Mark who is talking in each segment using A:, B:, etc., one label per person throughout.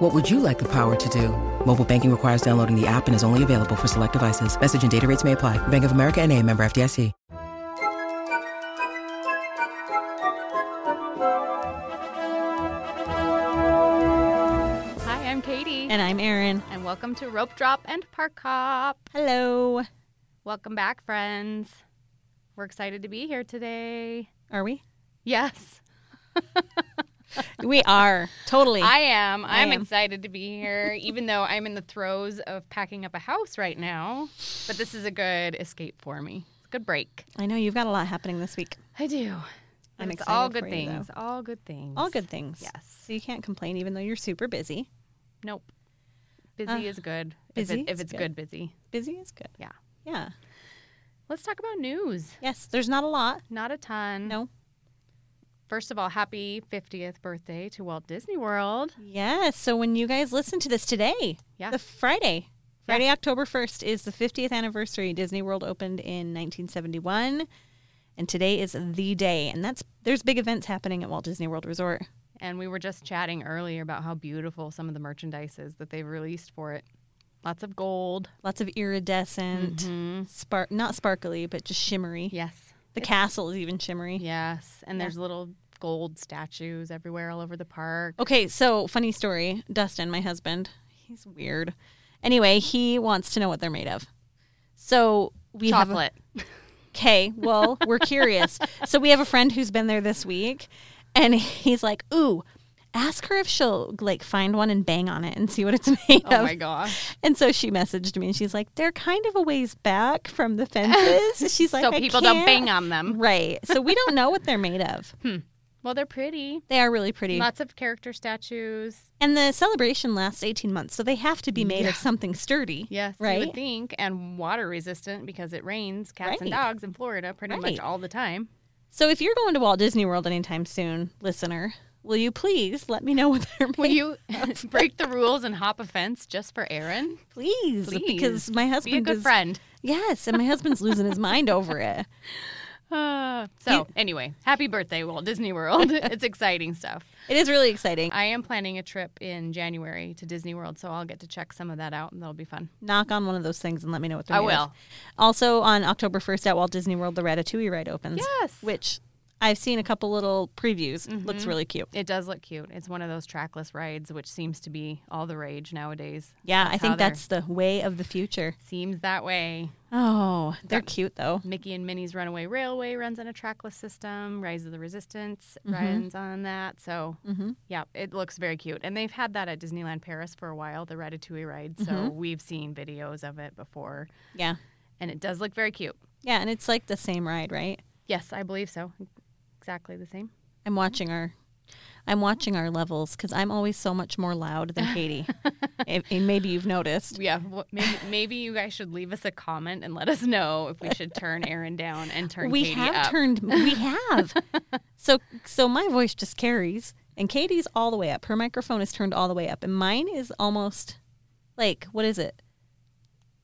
A: What would you like the power to do? Mobile banking requires downloading the app and is only available for select devices. Message and data rates may apply. Bank of America and a member FDIC.
B: Hi, I'm Katie.
C: And I'm Erin.
B: And welcome to Rope Drop and Park Hop.
C: Hello.
B: Welcome back, friends. We're excited to be here today.
C: Are we?
B: Yes,
C: We are. Totally.
B: I am. I'm
C: am.
B: excited to be here, even though I'm in the throes of packing up a house right now. But this is a good escape for me. It's a good break.
C: I know you've got a lot happening this week.
B: I do.
C: I'm
B: it's
C: excited
B: all good
C: for you,
B: things. all good things.
C: All good things.
B: Yes.
C: So you can't complain even though you're super busy.
B: Nope. Busy
C: Uh,
B: is good. If,
C: busy
B: it, if
C: is
B: it's
C: good.
B: good, busy.
C: Busy is good.
B: Yeah.
C: Yeah.
B: Let's talk about news.
C: Yes, there's not a lot.
B: Not a ton.
C: No.
B: First of all, happy 50th birthday to Walt Disney World.
C: Yes. So when you guys listen to this today,
B: Yeah.
C: the Friday, Friday, October 1st is the 50th anniversary. Disney World opened in 1971. And today is the day. And that's there's big events happening at Walt Disney World Resort.
B: And we were just chatting earlier about how beautiful some of the merchandise is that they've released for it. Lots of gold.
C: Lots of iridescent, spark not sparkly, but just shimmery.
B: Yes.
C: The castle is even shimmery.
B: Yes. And there's little gold statues everywhere all over the park.
C: Okay, so funny story. Dustin, my husband, he's weird. Anyway, he wants to know what they're made of. So we have
B: Chocolate.
C: okay, well, we're curious. So we have a friend who's been there this week, and he's like, "Ooh, ask her if she'll like find one and bang on it and see what it's made
B: oh
C: of."
B: my gosh.
C: And so she messaged me, and she's like, "They're kind of a ways back from the fences." She's like,
B: so
C: "I
B: people don't
C: can't-" Mm-hmm.
B: bang on Hmm. them.
C: Right. So we don't know what they're made of.
B: Well, they're pretty.
C: They are really pretty.
B: Lots of character statues.
C: And the celebration lasts 18 months, so they have to be made of something sturdy.
B: Yes, you
C: Right?
B: would think, and water resistant because it rains cats and
C: Right.
B: dogs in Florida pretty much
C: Right.
B: all the time.
C: So if you're going to Walt Disney World anytime soon, listener, will you please let me know what they're made
B: Will you break the rules and hop a fence just for Aaron?
C: please, Because
B: Please,
C: my husband
B: Be a good
C: is.
B: friend.
C: Yes, and my husband's losing his mind over it.
B: Uh, so, anyway, happy birthday, Walt Disney World. it's exciting stuff.
C: It is really exciting.
B: I am planning a trip in January to Disney World, so I'll get to check some of that out, and that'll be fun.
C: Knock on one of those things and let me know what they're
B: I
C: made of.
B: will.
C: Also, on October 1st at Walt Disney World, the Ratatouille ride opens.
B: Yes. Mm-hmm.
C: Which I've seen a couple little previews. Looks really cute.
B: It does look cute. It's one of those trackless rides, which seems to be all the rage nowadays.
C: Yeah,
B: how
C: I think
B: they're-
C: that's the way of the future.
B: Seems that way.
C: Oh, they're cute though.
B: Mickey and Minnie's Runaway Railway runs on a trackless system. Rise of the Resistance
C: Mm-hmm.
B: runs on that. So, yeah, it looks very cute. And they've had that at Disneyland Paris for a while, the Ratatouille ride. So
C: Mm-hmm.
B: we've seen videos of it before,
C: Yeah.
B: and it does look very cute.
C: Yeah, and it's like the same ride, right?
B: Yes, I believe so. Exactly the same.
C: I'm watching our I'm watching our levels cuz I'm always so much more loud than Katie. if, and maybe you've noticed.
B: Yeah, wh- maybe, maybe you guys should leave us a comment and let us know if we should turn Aaron down and turn
C: we
B: Katie
C: have
B: up.
C: turned we have. so so my voice just carries and Katie's all the way up. Her microphone is turned all the way up and mine is almost like what is it?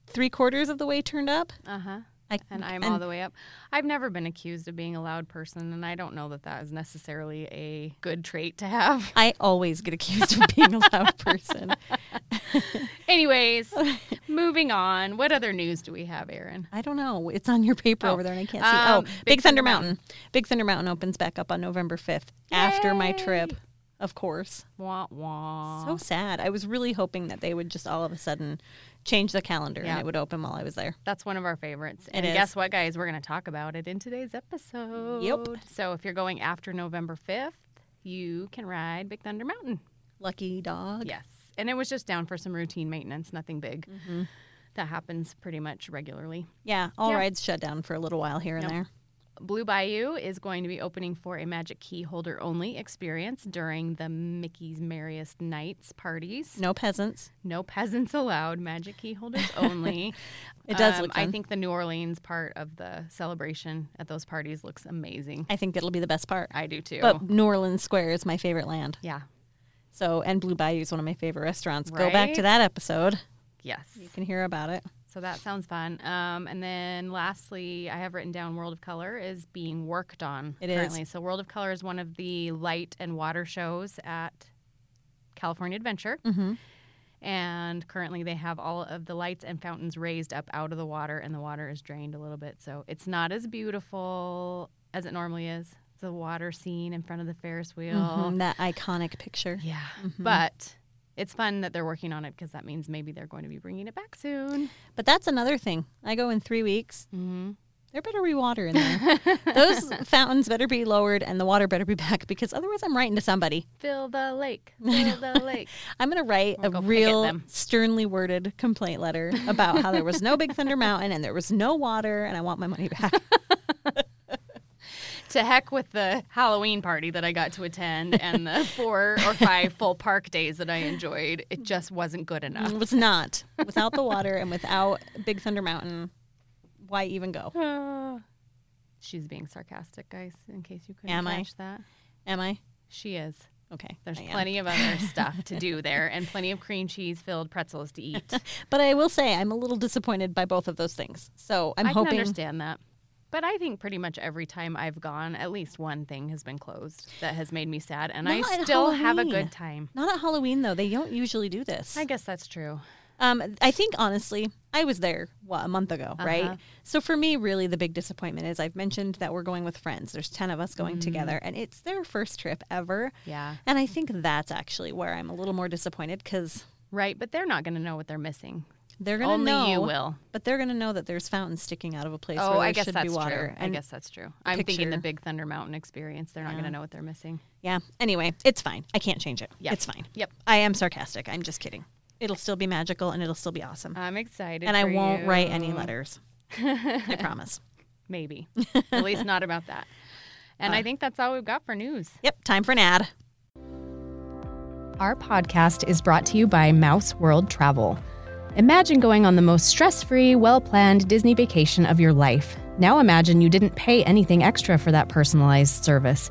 C: 3 quarters of the way turned up.
B: uh huh.
C: I,
B: And I'm all the way up. I've never been accused of being a loud person, and I don't know that that is necessarily a good trait to have.
C: I always get accused of being a loud person.
B: Anyways, moving on. What other news do we have, Erin?
C: I don't know. It's on your paper over there, and I can't see.
B: um,
C: oh, Big,
B: Big Thunder
C: Thunder Mountain. Big Thunder Mountain opens back up on November fifth after my trip. Of course.
B: Wah wah.
C: So sad. I was really hoping that they would just all of a sudden change the calendar
B: Yeah.
C: and it would open while I was there.
B: That's one of our favorites. And
C: is.
B: guess what, guys? We're going to talk about it in today's episode. So if you're going after November 5th, you can ride Big Thunder Mountain.
C: Lucky dog.
B: Yes. And it was just down for some routine maintenance, nothing big.
C: Mm-hmm.
B: That happens pretty much regularly.
C: Yeah. All
B: Yeah.
C: rides shut down for a little while here and
B: Yep.
C: there.
B: Blue Bayou is going to be opening for a Magic Key holder only experience during the Mickey's Merriest Nights parties.
C: No peasants.
B: No peasants allowed, Magic Key holders only. Um,
C: It does look
B: I
C: fun.
B: think the New Orleans part of the celebration at those parties looks amazing.
C: I think it'll be the best part.
B: I do too.
C: But New Orleans Square is my favorite land.
B: yeah.
C: So, and Blue Bayou is one of my favorite restaurants. Go back to
B: Right?
C: that episode.
B: Yes.
C: You can hear about it.
B: So that sounds fun. Um, and then lastly, I have written down World of Color is being worked on
C: It is.
B: currently. So World of Color is one of the light and water shows at California Adventure.
C: Mhm.
B: And currently they have all of the lights and fountains raised up out of the water and the water is drained a little bit. So it's not as beautiful as it normally is. The water scene in front of the Ferris wheel.
C: Mhm, That iconic picture.
B: Yeah. But it's fun that they're working on it because that means maybe they're going to be bringing it back soon.
C: But that's another thing. I go in three weeks.
B: Mm-hmm.
C: There better be water in there. Those fountains better be lowered and the water better be back because otherwise I'm writing to somebody.
B: Fill the lake. Fill the lake.
C: I'm going to write
B: Or
C: a
B: go picket
C: real
B: them.
C: sternly worded complaint letter about how there was no Big Thunder Mountain and there was no water and I want my money back.
B: to heck with the Halloween party that I got to attend and the four or five full park days that I enjoyed. It just wasn't good enough.
C: It was not. Without the water and without Big Thunder Mountain, why even go?
B: She's being sarcastic, guys, in case you couldn't
C: Am I?
B: catch that.
C: Am I?
B: She is.
C: Okay.
B: There's
C: I am.
B: plenty of other stuff to do there and plenty of cream cheese filled pretzels to eat.
C: But I will say I'm a little disappointed by both of those things. So I'm
B: I
C: hoping
B: can understand that. But I think pretty much every time I've gone, at least one thing has been closed that has made me sad. And I
C: Not at
B: still have a
C: Halloween.
B: good time.
C: not at Halloween though. They don't usually do this.
B: I guess that's true.
C: Um, I think honestly, I was there what a month ago,
B: Uh-huh.
C: right? So for me, really, the big disappointment is I've mentioned that we're going with friends. There's ten of us
B: Mm.
C: going together, and it's their first trip ever.
B: Yeah.
C: And I think that's actually where I'm a little more disappointed because
B: Right, but they're not going to know what they're missing.
C: they're gonna
B: Only
C: know,
B: you will.
C: but they're gonna know that there's fountains sticking out of a place where
B: Oh,
C: there
B: I guess
C: should
B: that's
C: be water.
B: true. I
C: And
B: guess that's true. I'm thinking the
C: picture-
B: Big Thunder Mountain experience. They're not going to know what they're missing.
C: yeah. Anyway, it's fine. I can't change it.
B: Yeah.
C: It's fine.
B: Yep.
C: I am sarcastic. I'm just kidding. It'll still be magical and it'll still be awesome.
B: I'm excited.
C: and I
B: for
C: won't
B: you.
C: write any letters. I promise.
B: Maybe. At least not about that. And I think that's all we've got for news.
C: Yep. Time for an ad.
D: Our podcast is brought to you by Mouse World Travel. Imagine going on the most stress free, well planned Disney vacation of your life. Now imagine you didn't pay anything extra for that personalized service.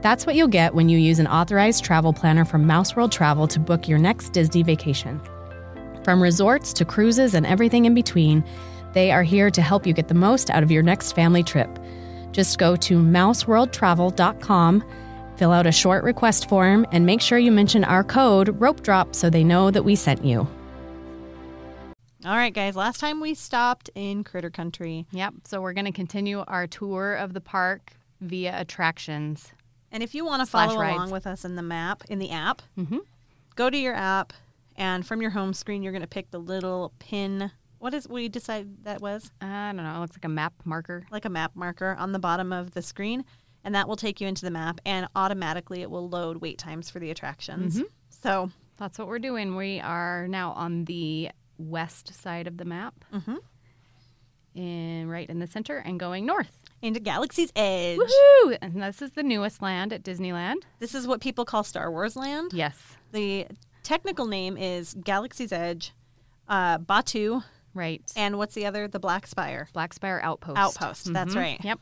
D: That's what you'll get when you use an authorized travel planner from Mouse World Travel to book your next Disney vacation. From resorts to cruises and everything in between, they are here to help you get the most out of your next family trip. Just go to mouseworldtravel.com, fill out a short request form, and make sure you mention our code rope drop so they know that we sent you.
C: All right, guys. Last time we stopped in Critter Country.
B: Yep. So we're going to continue our tour of the park via attractions.
C: And if you want to
B: Slash
C: follow
B: rides. Mm-hmm.
C: along with us in the map, in the app, go to your app and from your home screen, you're going to pick the little pin. What is we decided that was?
B: Uh, I don't know. It looks like a map marker.
C: Like a map marker on the bottom of the screen. And that will take you into the map and automatically it will load wait times for the attractions.
B: Mm-hmm.
C: So
B: That's what we're doing. We are now on the west side of the map, mm-hmm. in right in the center, and going north.
C: into Galaxy's Edge.
B: Woohoo! And this is the newest land at Disneyland.
C: This is what people call Star Wars Land.
B: Yes,
C: The technical name is Galaxy's Edge, uh, Batu,
B: right.
C: and what's the other? The Black Spire
B: Black Spire Outpost.
C: Outpost. That's
B: Mhm.
C: right.
B: Yep.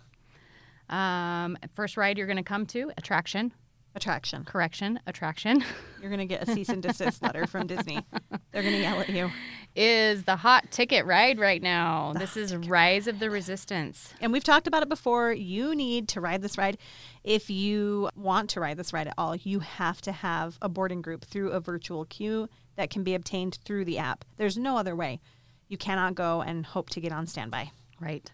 B: Um, first ride you're going to come to attraction,
C: Attraction.
B: correction, attraction
C: You're going to get a cease and desist letter from Disney. They're going to yell at you.
B: is the hot ticket ride right now. this is Rise of the Resistance.
C: And we've talked about it before. You need to ride this ride. If you want to ride this ride at all, you have to have a boarding group through a virtual queue that can be obtained through the app. There's no other way. You cannot go and hope to get on standby.
B: Right.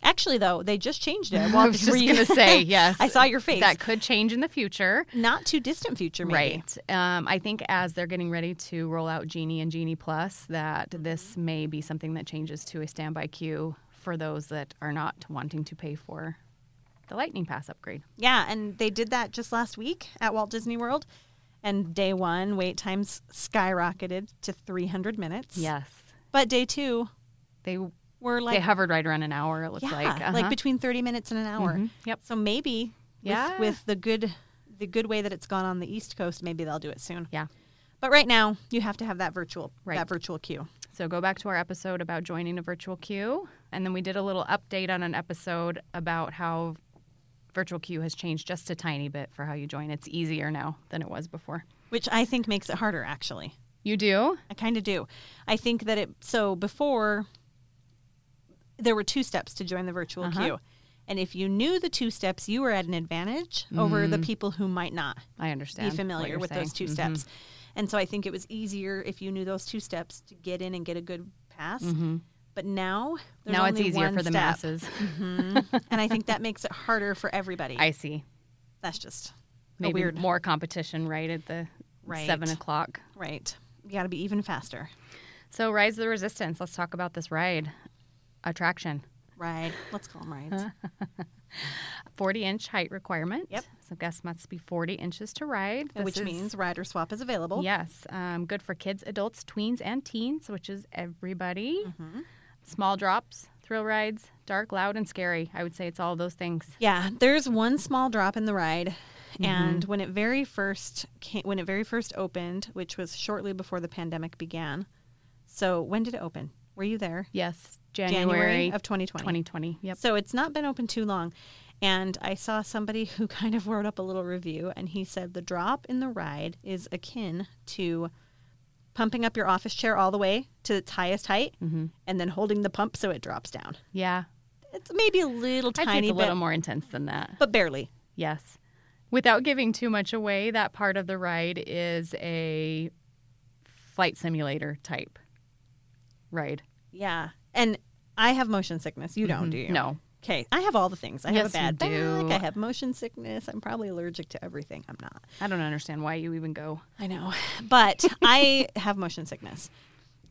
C: Actually, though, they just changed it.
B: I
C: Well,
B: was
C: were
B: just
C: you-
B: going to say yes.
C: I saw your face.
B: That could change in the future.
C: Not too distant future, maybe.
B: Right. Um, I think as they're getting ready to roll out Genie and Genie Plus, that
C: Mm-hmm.
B: this may be something that changes to a standby queue for those that are not wanting to pay for the Lightning Pass upgrade.
C: Yeah, and they did that just last week at Walt Disney World. And day one, wait times skyrocketed to 300 minutes.
B: Yes.
C: But day two,
B: They
C: were like
B: they hovered right around an hour. It looked
C: yeah,
B: like uh-huh.
C: between 30 minutes and an hour.
B: Mhm. Yep.
C: So maybe with,
B: Yeah.
C: with the good the good way that it's gone on the East Coast, maybe they'll do it soon.
B: Yeah.
C: But right now, you have to have that virtual
B: Right.
C: that virtual queue.
B: So go back to our episode about joining a virtual queue, and then we did a little update on an episode about how virtual queue has changed just a tiny bit for how you join. It's easier now than it was before.
C: which I think makes it harder actually.
B: You do?
C: I kind of do. I think that it so before there were two steps to join the virtual
B: Uh-huh.
C: queue. And if you knew the two steps, you were at an advantage over the people who might not
B: I Mm-hmm. understand.
C: be
B: what
C: familiar
B: you're
C: with those 2
B: saying. Mhm.
C: steps. And so I think it was easier if you knew those two steps to get in and get a good pass. But now there's
B: Mm-hmm. Now it's
C: only
B: easier
C: one
B: for the
C: step.
B: masses.
C: and I think that makes it harder for everybody.
B: I see.
C: That's just a
B: Maybe
C: weird
B: more competition right at the
C: Right.
B: seven o'clock.
C: right. You got to be even faster.
B: So Rise of the Resistance. Let's talk about this ride attraction.
C: Right. Let's call them rides.
B: 40 inch height requirement.
C: Yep.
B: So guests must be 40 inches to ride, This
C: which
B: is-
C: means rider swap is available.
B: Yes, um, good for kids, adults, tweens, and teens, which is everybody.
C: Mm-hmm.
B: Small drops, thrill rides, dark, loud, and scary. I would say it's all those things.
C: Yeah, there's one small drop in the ride,
B: Mm-hmm.
C: and when it very first came, when it very first opened, which was shortly before the pandemic began. So when did it open? Were you there?
B: Yes, January,
C: of 2020.
B: 2020. Yep.
C: So it's not been open too long. And I saw somebody who kind of wrote up a little review, and he said the drop in the ride is akin to pumping up your office chair all the way to its highest height, and then holding the pump so it drops down.
B: Mm-hmm. Yeah.
C: It's maybe a little
B: I'd
C: tiny
B: say it's a
C: bit,
B: little more intense than that.
C: but barely.
B: Yes. Without giving too much away, that part of the ride is a flight simulator type ride. Mm-hmm.
C: Yeah. And I have motion sickness. You don't, do you?
B: No.
C: Okay. I have all the things. I have a
B: Yes, you
C: bad
B: do.
C: back. I have motion sickness. I'm probably allergic to everything. I'm not.
B: I don't understand why you even go.
C: I know. But I have motion sickness.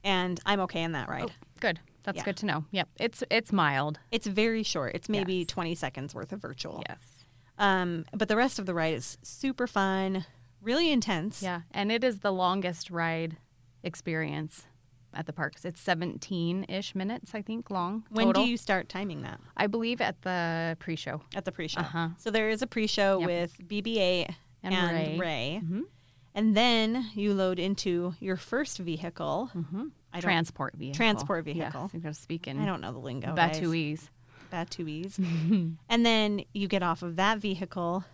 C: And I'm okay in that ride.
B: Oh, Good. That's
C: Yeah.
B: good to know. Yep. It's it's mild.
C: It's very short. It's maybe 20 seconds worth of virtual.
B: Yes.
C: Um, but the rest of the ride is super fun, really intense.
B: Yeah, and it is the longest ride experience at the parks. It's 17-ish minutes, I think, long
C: When
B: total.
C: do you start timing that?
B: I believe at the pre-show.
C: At the pre-show.
B: Uh-huh.
C: So there is a pre-show with BB-8 and,
B: And
C: Ray.
B: Ray. Mm-hmm.
C: And then you load into your first vehicle. I don't-
B: Mm-hmm. transport vehicle.
C: Transport vehicle.
B: Yes, you got to speak in
C: I don't know the lingo. guys.
B: Batuese.
C: Batuese. and then you get off of that vehicle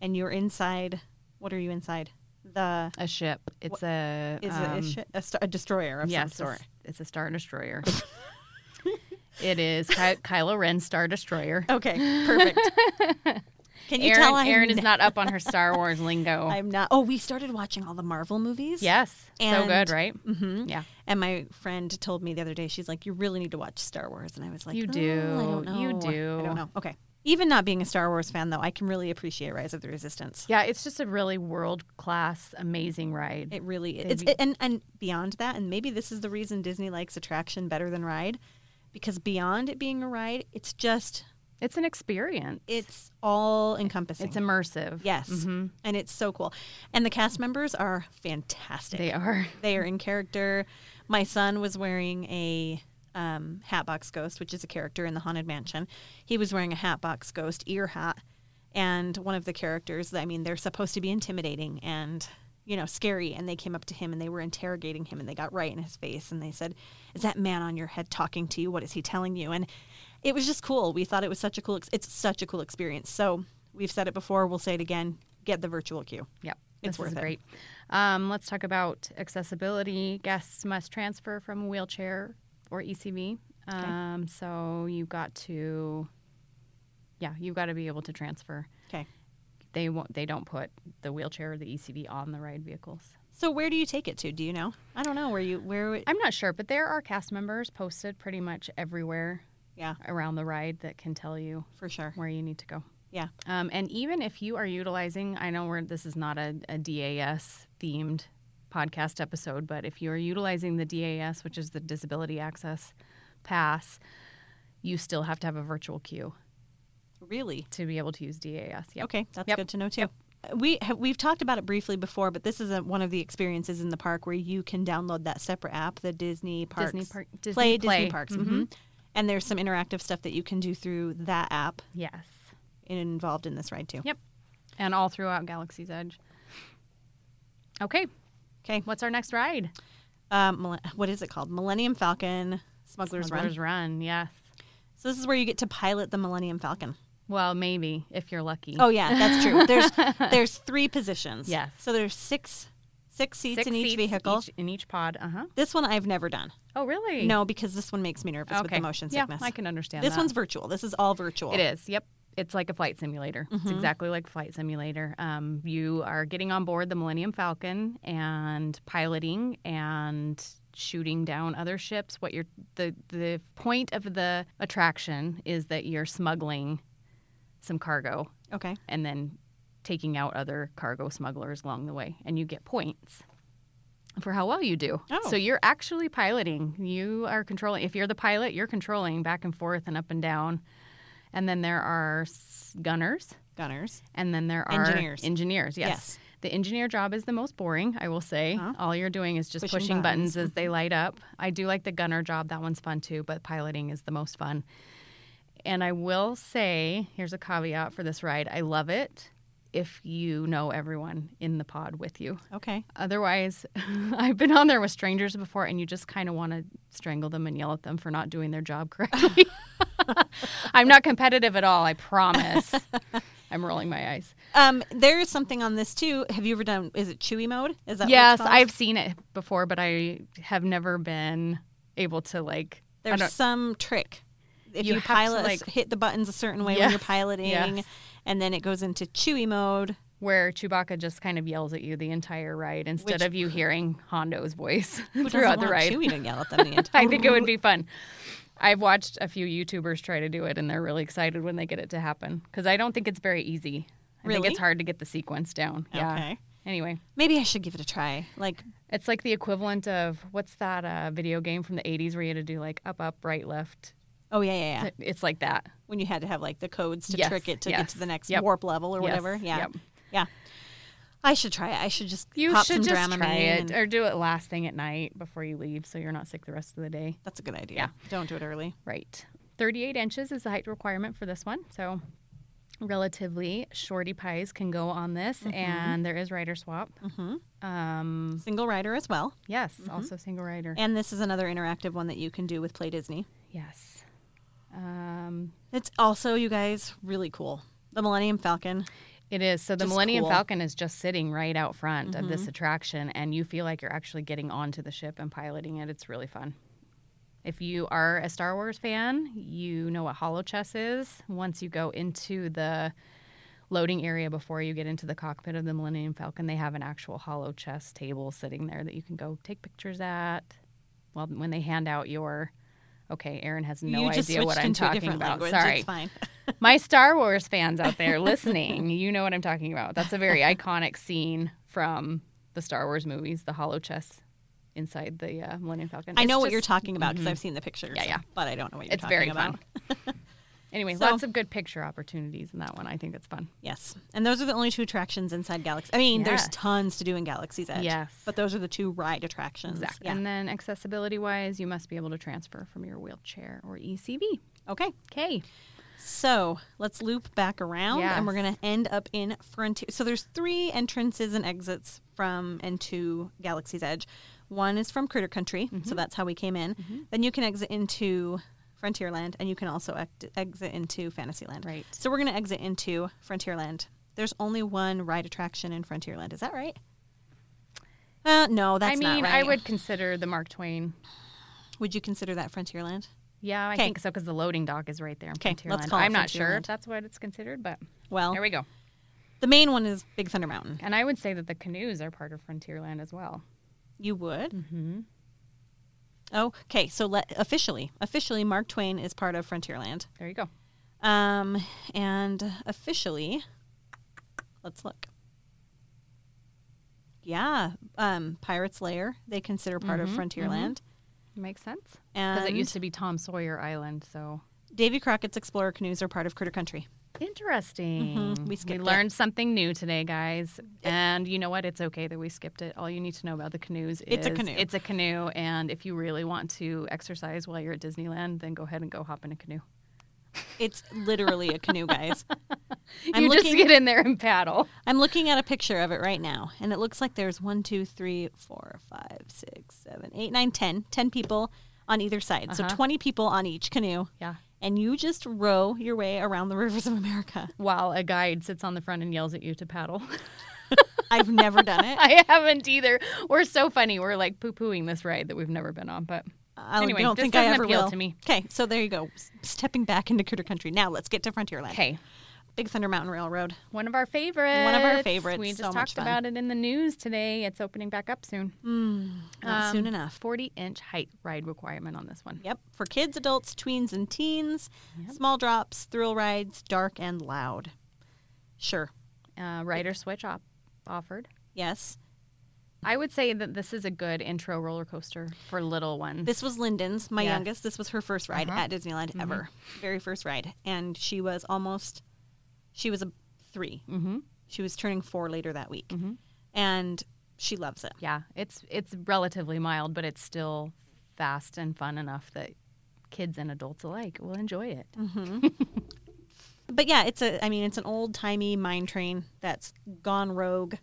C: and you're inside. What are you inside? The
B: A ship. It's a
C: is it a,
B: um,
C: shi- a, st- a destroyer of
B: yes,
C: some
B: it's,
C: sort.
B: it's a star destroyer. it is Ky- Kylo Ren's star destroyer.
C: Okay, perfect. Can you
B: Erin,
C: tell I'm
B: Erin is not up on her Star Wars lingo.
C: I'm not. Oh, we started watching all the Marvel movies.
B: yes, so
C: And-
B: good, right? Mm-hmm. Yeah.
C: And my friend told me the other day, she's like, "You really need to watch Star Wars." And I was like,
B: You
C: "Oh,
B: do.
C: I don't know.
B: You
C: I
B: do."
C: don't know." Okay. Even not being a Star Wars fan, though, I can really appreciate Rise of the Resistance.
B: Yeah, it's just a really world class, amazing ride.
C: It really is. It's, and and beyond that, and maybe this is the reason Disney likes attraction better than ride, because beyond it being a ride, it's just
B: it's an experience.
C: it's all encompassing.
B: it's immersive. Mm-hmm.
C: yes, and it's so cool. And the cast members are fantastic.
B: They are.
C: They are in character. My son was wearing a um, Hatbox Ghost, which is a character in the Haunted Mansion. He was wearing a Hatbox Ghost ear hat, and one of the characters. I mean, they're supposed to be intimidating and you know scary, and they came up to him and they were interrogating him, and they got right in his face, and they said, "Is that man on your head talking to you? What is he telling you?" And it was just cool. We thought it was such a cool. Ex- it's such a cool experience. So we've said it before. We'll say it again. Get the virtual queue.
B: Yep. This
C: It's
B: is
C: worth it.
B: great. Um, let's talk about accessibility. Guests must transfer from wheelchair or ECV. Um, so you've got to, yeah, you've got to be able to transfer.
C: Okay.
B: They won't. They don't put the wheelchair or the ECV on the ride vehicles.
C: So where do you take it to? Do you know? I don't know where you where. It,
B: I'm not sure, but there are cast members posted pretty much everywhere
C: yeah,
B: around the ride that can tell you
C: for sure.
B: where you need to go.
C: Yeah,
B: Um, and even if you are utilizing, I know we're, this is not a, a DAS themed podcast episode, but if you are utilizing the DAS, which is the Disability Access Pass, you still have to have a virtual queue
C: really.
B: to be able to use DAS. Yep.
C: Okay, that's
B: Yep.
C: good to know too. We have, we've talked about it briefly before, but this is a, one of the experiences in the park where you can download that separate app, the Disney Parks
B: Disney Park- Disney
C: Play,
B: Play. Mm-hmm.
C: Disney Parks, hmm And there's some interactive stuff that you can do through that app
B: Yes.
C: involved in this ride too.
B: Yep. And all throughout Galaxy's Edge. Okay.
C: Okay.
B: What's our next ride?
C: Um, Mille- what is it called? Millennium Falcon Smuggler's, Run.
B: Smuggler's Run. Yes.
C: So this is where you get to pilot the Millennium Falcon.
B: Well, maybe if you're lucky.
C: Oh yeah, that's true. There's there's three positions.
B: Yes.
C: So there's six six seats
B: Six
C: in each
B: seats
C: vehicle.
B: each- in each pod. Uh huh.
C: This one I've never done.
B: Oh, really?
C: No, because this one makes me nervous
B: Okay.
C: with the motion
B: yeah,
C: sickness.
B: I can understand.
C: This
B: that.
C: one's virtual. This is all virtual.
B: It is. Yep. It's like a flight simulator. It's
C: Mm-hmm.
B: exactly like flight simulator. Um, you are getting on board the Millennium Falcon and piloting and shooting down other ships. What you're the the point of the attraction is that you're smuggling some cargo
C: Okay.
B: and then taking out other cargo smugglers along the way, and you get points for how well you do.
C: Oh.
B: So you're actually piloting. You are controlling. If you're the pilot, you're controlling back and forth and up and down. And then there are s- gunners,
C: Gunners.
B: and then there are
C: Engineers.
B: Engineers, yes.
C: Yes.
B: The engineer job is the most boring, I will say. All you're doing is just
C: Pushing
B: pushing, buttons. as they light up. I do like the gunner job; that one's fun too. But piloting is the most fun. And I will say, here's a caveat for this ride: I love it if you know everyone in the pod with you.
C: Okay.
B: Otherwise, I've been on there with strangers before, and you just kind of want to strangle them and yell at them for not doing their job correctly. I'm not competitive at all, I promise. I'm rolling my eyes.
C: Um, there is something on this too. Have you ever done? Is it Chewy mode? Is that
B: yes,
C: What it's called?
B: I've seen it before, but I have never been able to like. I
C: There's
B: don't-
C: some trick. If
B: You
C: you,
B: have to,
C: pilot,
B: like-
C: hit the buttons a certain way when
B: Yes,
C: you're piloting,
B: yes.
C: and then it goes into Chewy mode.
B: where Chewbacca just kind of yells at you the entire ride instead
C: Which-
B: of you hearing Hondo's voice
C: Who doesn't
B: throughout the
C: want
B: ride.
C: Chewy to yell at them the entire
B: I think it would be fun. I've watched a few YouTubers try to do it, and they're really excited when they get it to happen because I don't think it's very easy. I think
C: Really?
B: it's hard to get the sequence down. Yeah.
C: Okay.
B: Anyway,
C: Maybe I should give it a try. Like
B: it's like the equivalent of what's that uh, video game from the '80s where you had to do like up, up, right, left.
C: Oh yeah, yeah, yeah.
B: It's like that.
C: When you had to have like the codes to
B: Yes,
C: trick it to get
B: yes,
C: to the next
B: yep.
C: warp level or
B: Yes,
C: whatever. Yeah,
B: yep.
C: yeah. I should try it. I should just
B: You
C: pop
B: should
C: some
B: just
C: Dramamine
B: try it
C: and-
B: or do it last thing at night before you leave, so you're not sick the rest of the day.
C: That's a good idea.
B: Yeah.
C: Don't do it early.
B: Right. 38 inches is the height requirement for this one. So, relatively shorty pies can go on this,
C: Mm-hmm.
B: and there is rider swap. Mm-hmm. Um,
C: Single rider as well.
B: yes, also single rider.
C: Mm-hmm. And this is another interactive one that you can do with Play Disney.
B: yes. Um,
C: It's also, you guys, really cool. The Millennium Falcon.
B: it is. So, the
C: Just
B: Millennium
C: cool. Mm-hmm.
B: Falcon is just sitting right out front of this attraction, and you feel like you're actually getting onto the ship and piloting it. It's really fun. If you are a Star Wars fan, you know what hollow chess is. Once you go into the loading area before you get into the cockpit of the Millennium Falcon, they have an actual hollow chess table sitting there that you can go take pictures at. Well, when they hand out your okay, Aaron has no
C: you just
B: idea
C: switched
B: what I'm
C: into a
B: talking
C: different
B: about.
C: language.
B: Sorry.
C: It's fine.
B: My Star Wars fans out there listening, you know what I'm talking about. That's a very iconic scene from the Star Wars movies, the hollow chess inside the uh, Millennium Falcon.
C: I
B: It's
C: know what you're
B: just- mm-hmm.
C: talking about because I've seen the pictures.
B: Yeah, yeah.
C: But I don't know what you're
B: It's
C: talking
B: very
C: about.
B: fun. Anyway,
C: So-
B: lots of good picture opportunities in that one. I think that's fun.
C: Yes. And those are the only two attractions inside Galaxy. I mean, there's
B: Yes.
C: tons to do in Galaxy's Edge.
B: Yes.
C: But those are the two ride attractions.
B: Exactly.
C: Yeah.
B: And then accessibility wise, you must be able to transfer from your wheelchair or ECV.
C: Okay.
B: Okay.
C: So let's loop back around and we're
B: Yes.
C: going to end up in Frontier. So there's three entrances and exits from and to Galaxy's Edge. One is from Critter Country.
B: Mm-hmm.
C: So that's how we came in. Then you can exit into Frontierland and you can also ex- exit into Fantasyland.
B: Right.
C: So we're going to exit into Frontierland. There's only one ride attraction in Frontierland. Is that right? Uh, no, that's
B: I
C: not
B: mean,
C: right.
B: I would consider the Mark Twain.
C: Would you consider that Frontierland?
B: Yeah, I
C: 'Kay.
B: think so because the loading dock is right there. in
C: 'Kay, let's
B: Frontierland.
C: call it
B: I'm not sure
C: Frontierland.
B: if that's what it's considered, but
C: Well,
B: there we go.
C: the main one is Big Thunder Mountain.
B: And I would say that the canoes are part of Frontierland as well.
C: You would? Mm-hmm. Okay, so let officially, officially, Mark Twain is part of Frontierland,
B: There you go.
C: um, and officially, let's look. Yeah, um, Pirates Lair they consider part of Frontierland,
B: Makes sense. Because
C: and
B: it used to be Tom Sawyer Island, so
C: Davy Crockett's explorer canoes are part of Critter Country.
B: Interesting.
C: We skipped it.
B: Mm-hmm. learned something new today, guys. And you know what? It's okay that we skipped it. All you need to know about the canoes is
C: It's a canoe.
B: It's a canoe, and if you really want to exercise while you're at Disneyland, then go ahead and go hop in a canoe.
C: It's literally a canoe, guys. I'm
B: you just
C: looking-
B: get in there and paddle.
C: I'm looking at a picture of it right now, and it looks like there's one, two, three, four, five, six, seven, eight, nine, ten. Ten people on either side.
B: Uh-huh.
C: So 20 people on each canoe.
B: Yeah.
C: And you just row your way around the rivers of America.
B: While a guide sits on the front and yells at you to paddle.
C: I've never done it.
B: I haven't either. We're so funny. We're like poo pooing this ride that we've never been on, but
C: I
B: Anyway,
C: don't
B: this
C: think I
B: doesn't
C: ever
B: appeal
C: will.
B: to me.
C: Okay, so there you go. S- Stepping back into Critter Country. Now let's get to Frontierland.
B: okay.
C: Big Thunder Mountain Railroad.
B: One of our favorites.
C: favorites.
B: We just
C: So much
B: talked
C: fun.
B: about it in the news today. It's opening back up soon. Um,
C: Not soon enough.
B: 40 inch height ride requirement on this one.
C: Yep. For kids, adults, tweens, and teens. Small drops, thrill rides, dark and loud. Sure.
B: Uh, rider switch op- offered.
C: Yes.
B: I would say that this is a good intro roller coaster for little ones.
C: This was Lyndon's, my
B: Yes.
C: youngest. This was her first ride at Disneyland ever. Very first ride. And she was almost, she was a 3 Mm-hmm. She was turning four later that week. And she loves it.
B: yeah, it's it's relatively mild, but it's still fast and fun enough that kids and adults alike will enjoy it.
C: But yeah, it's a, I mean, it's an old timey mine train that's gone rogue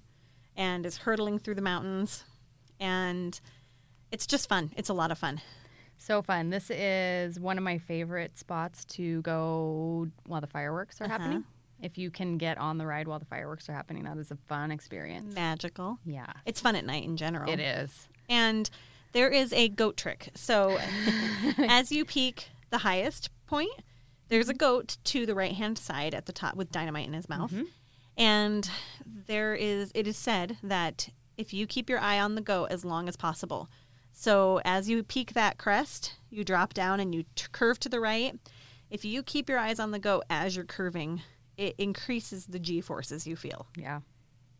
C: and is hurtling through the mountains. And it's just fun. It's a lot of fun.
B: So fun. This is one of my favorite spots to go while the fireworks are
C: Uh-huh.
B: happening. If you can get on the ride while the fireworks are happening, that is a fun experience.
C: Magical.
B: Yeah,
C: It's fun at night in general.
B: it is.
C: And there is a goat trick. So as you peak the highest point, there's a goat to the right hand side at the top with dynamite in his mouth.
B: Mm-hmm.
C: And there is it is said that if you keep your eye on the goat as long as possible. So as you peak that crest, you drop down and you t- curve to the right. If you keep your eyes on the goat as you're curving, it increases the g forces you feel.
B: Yeah.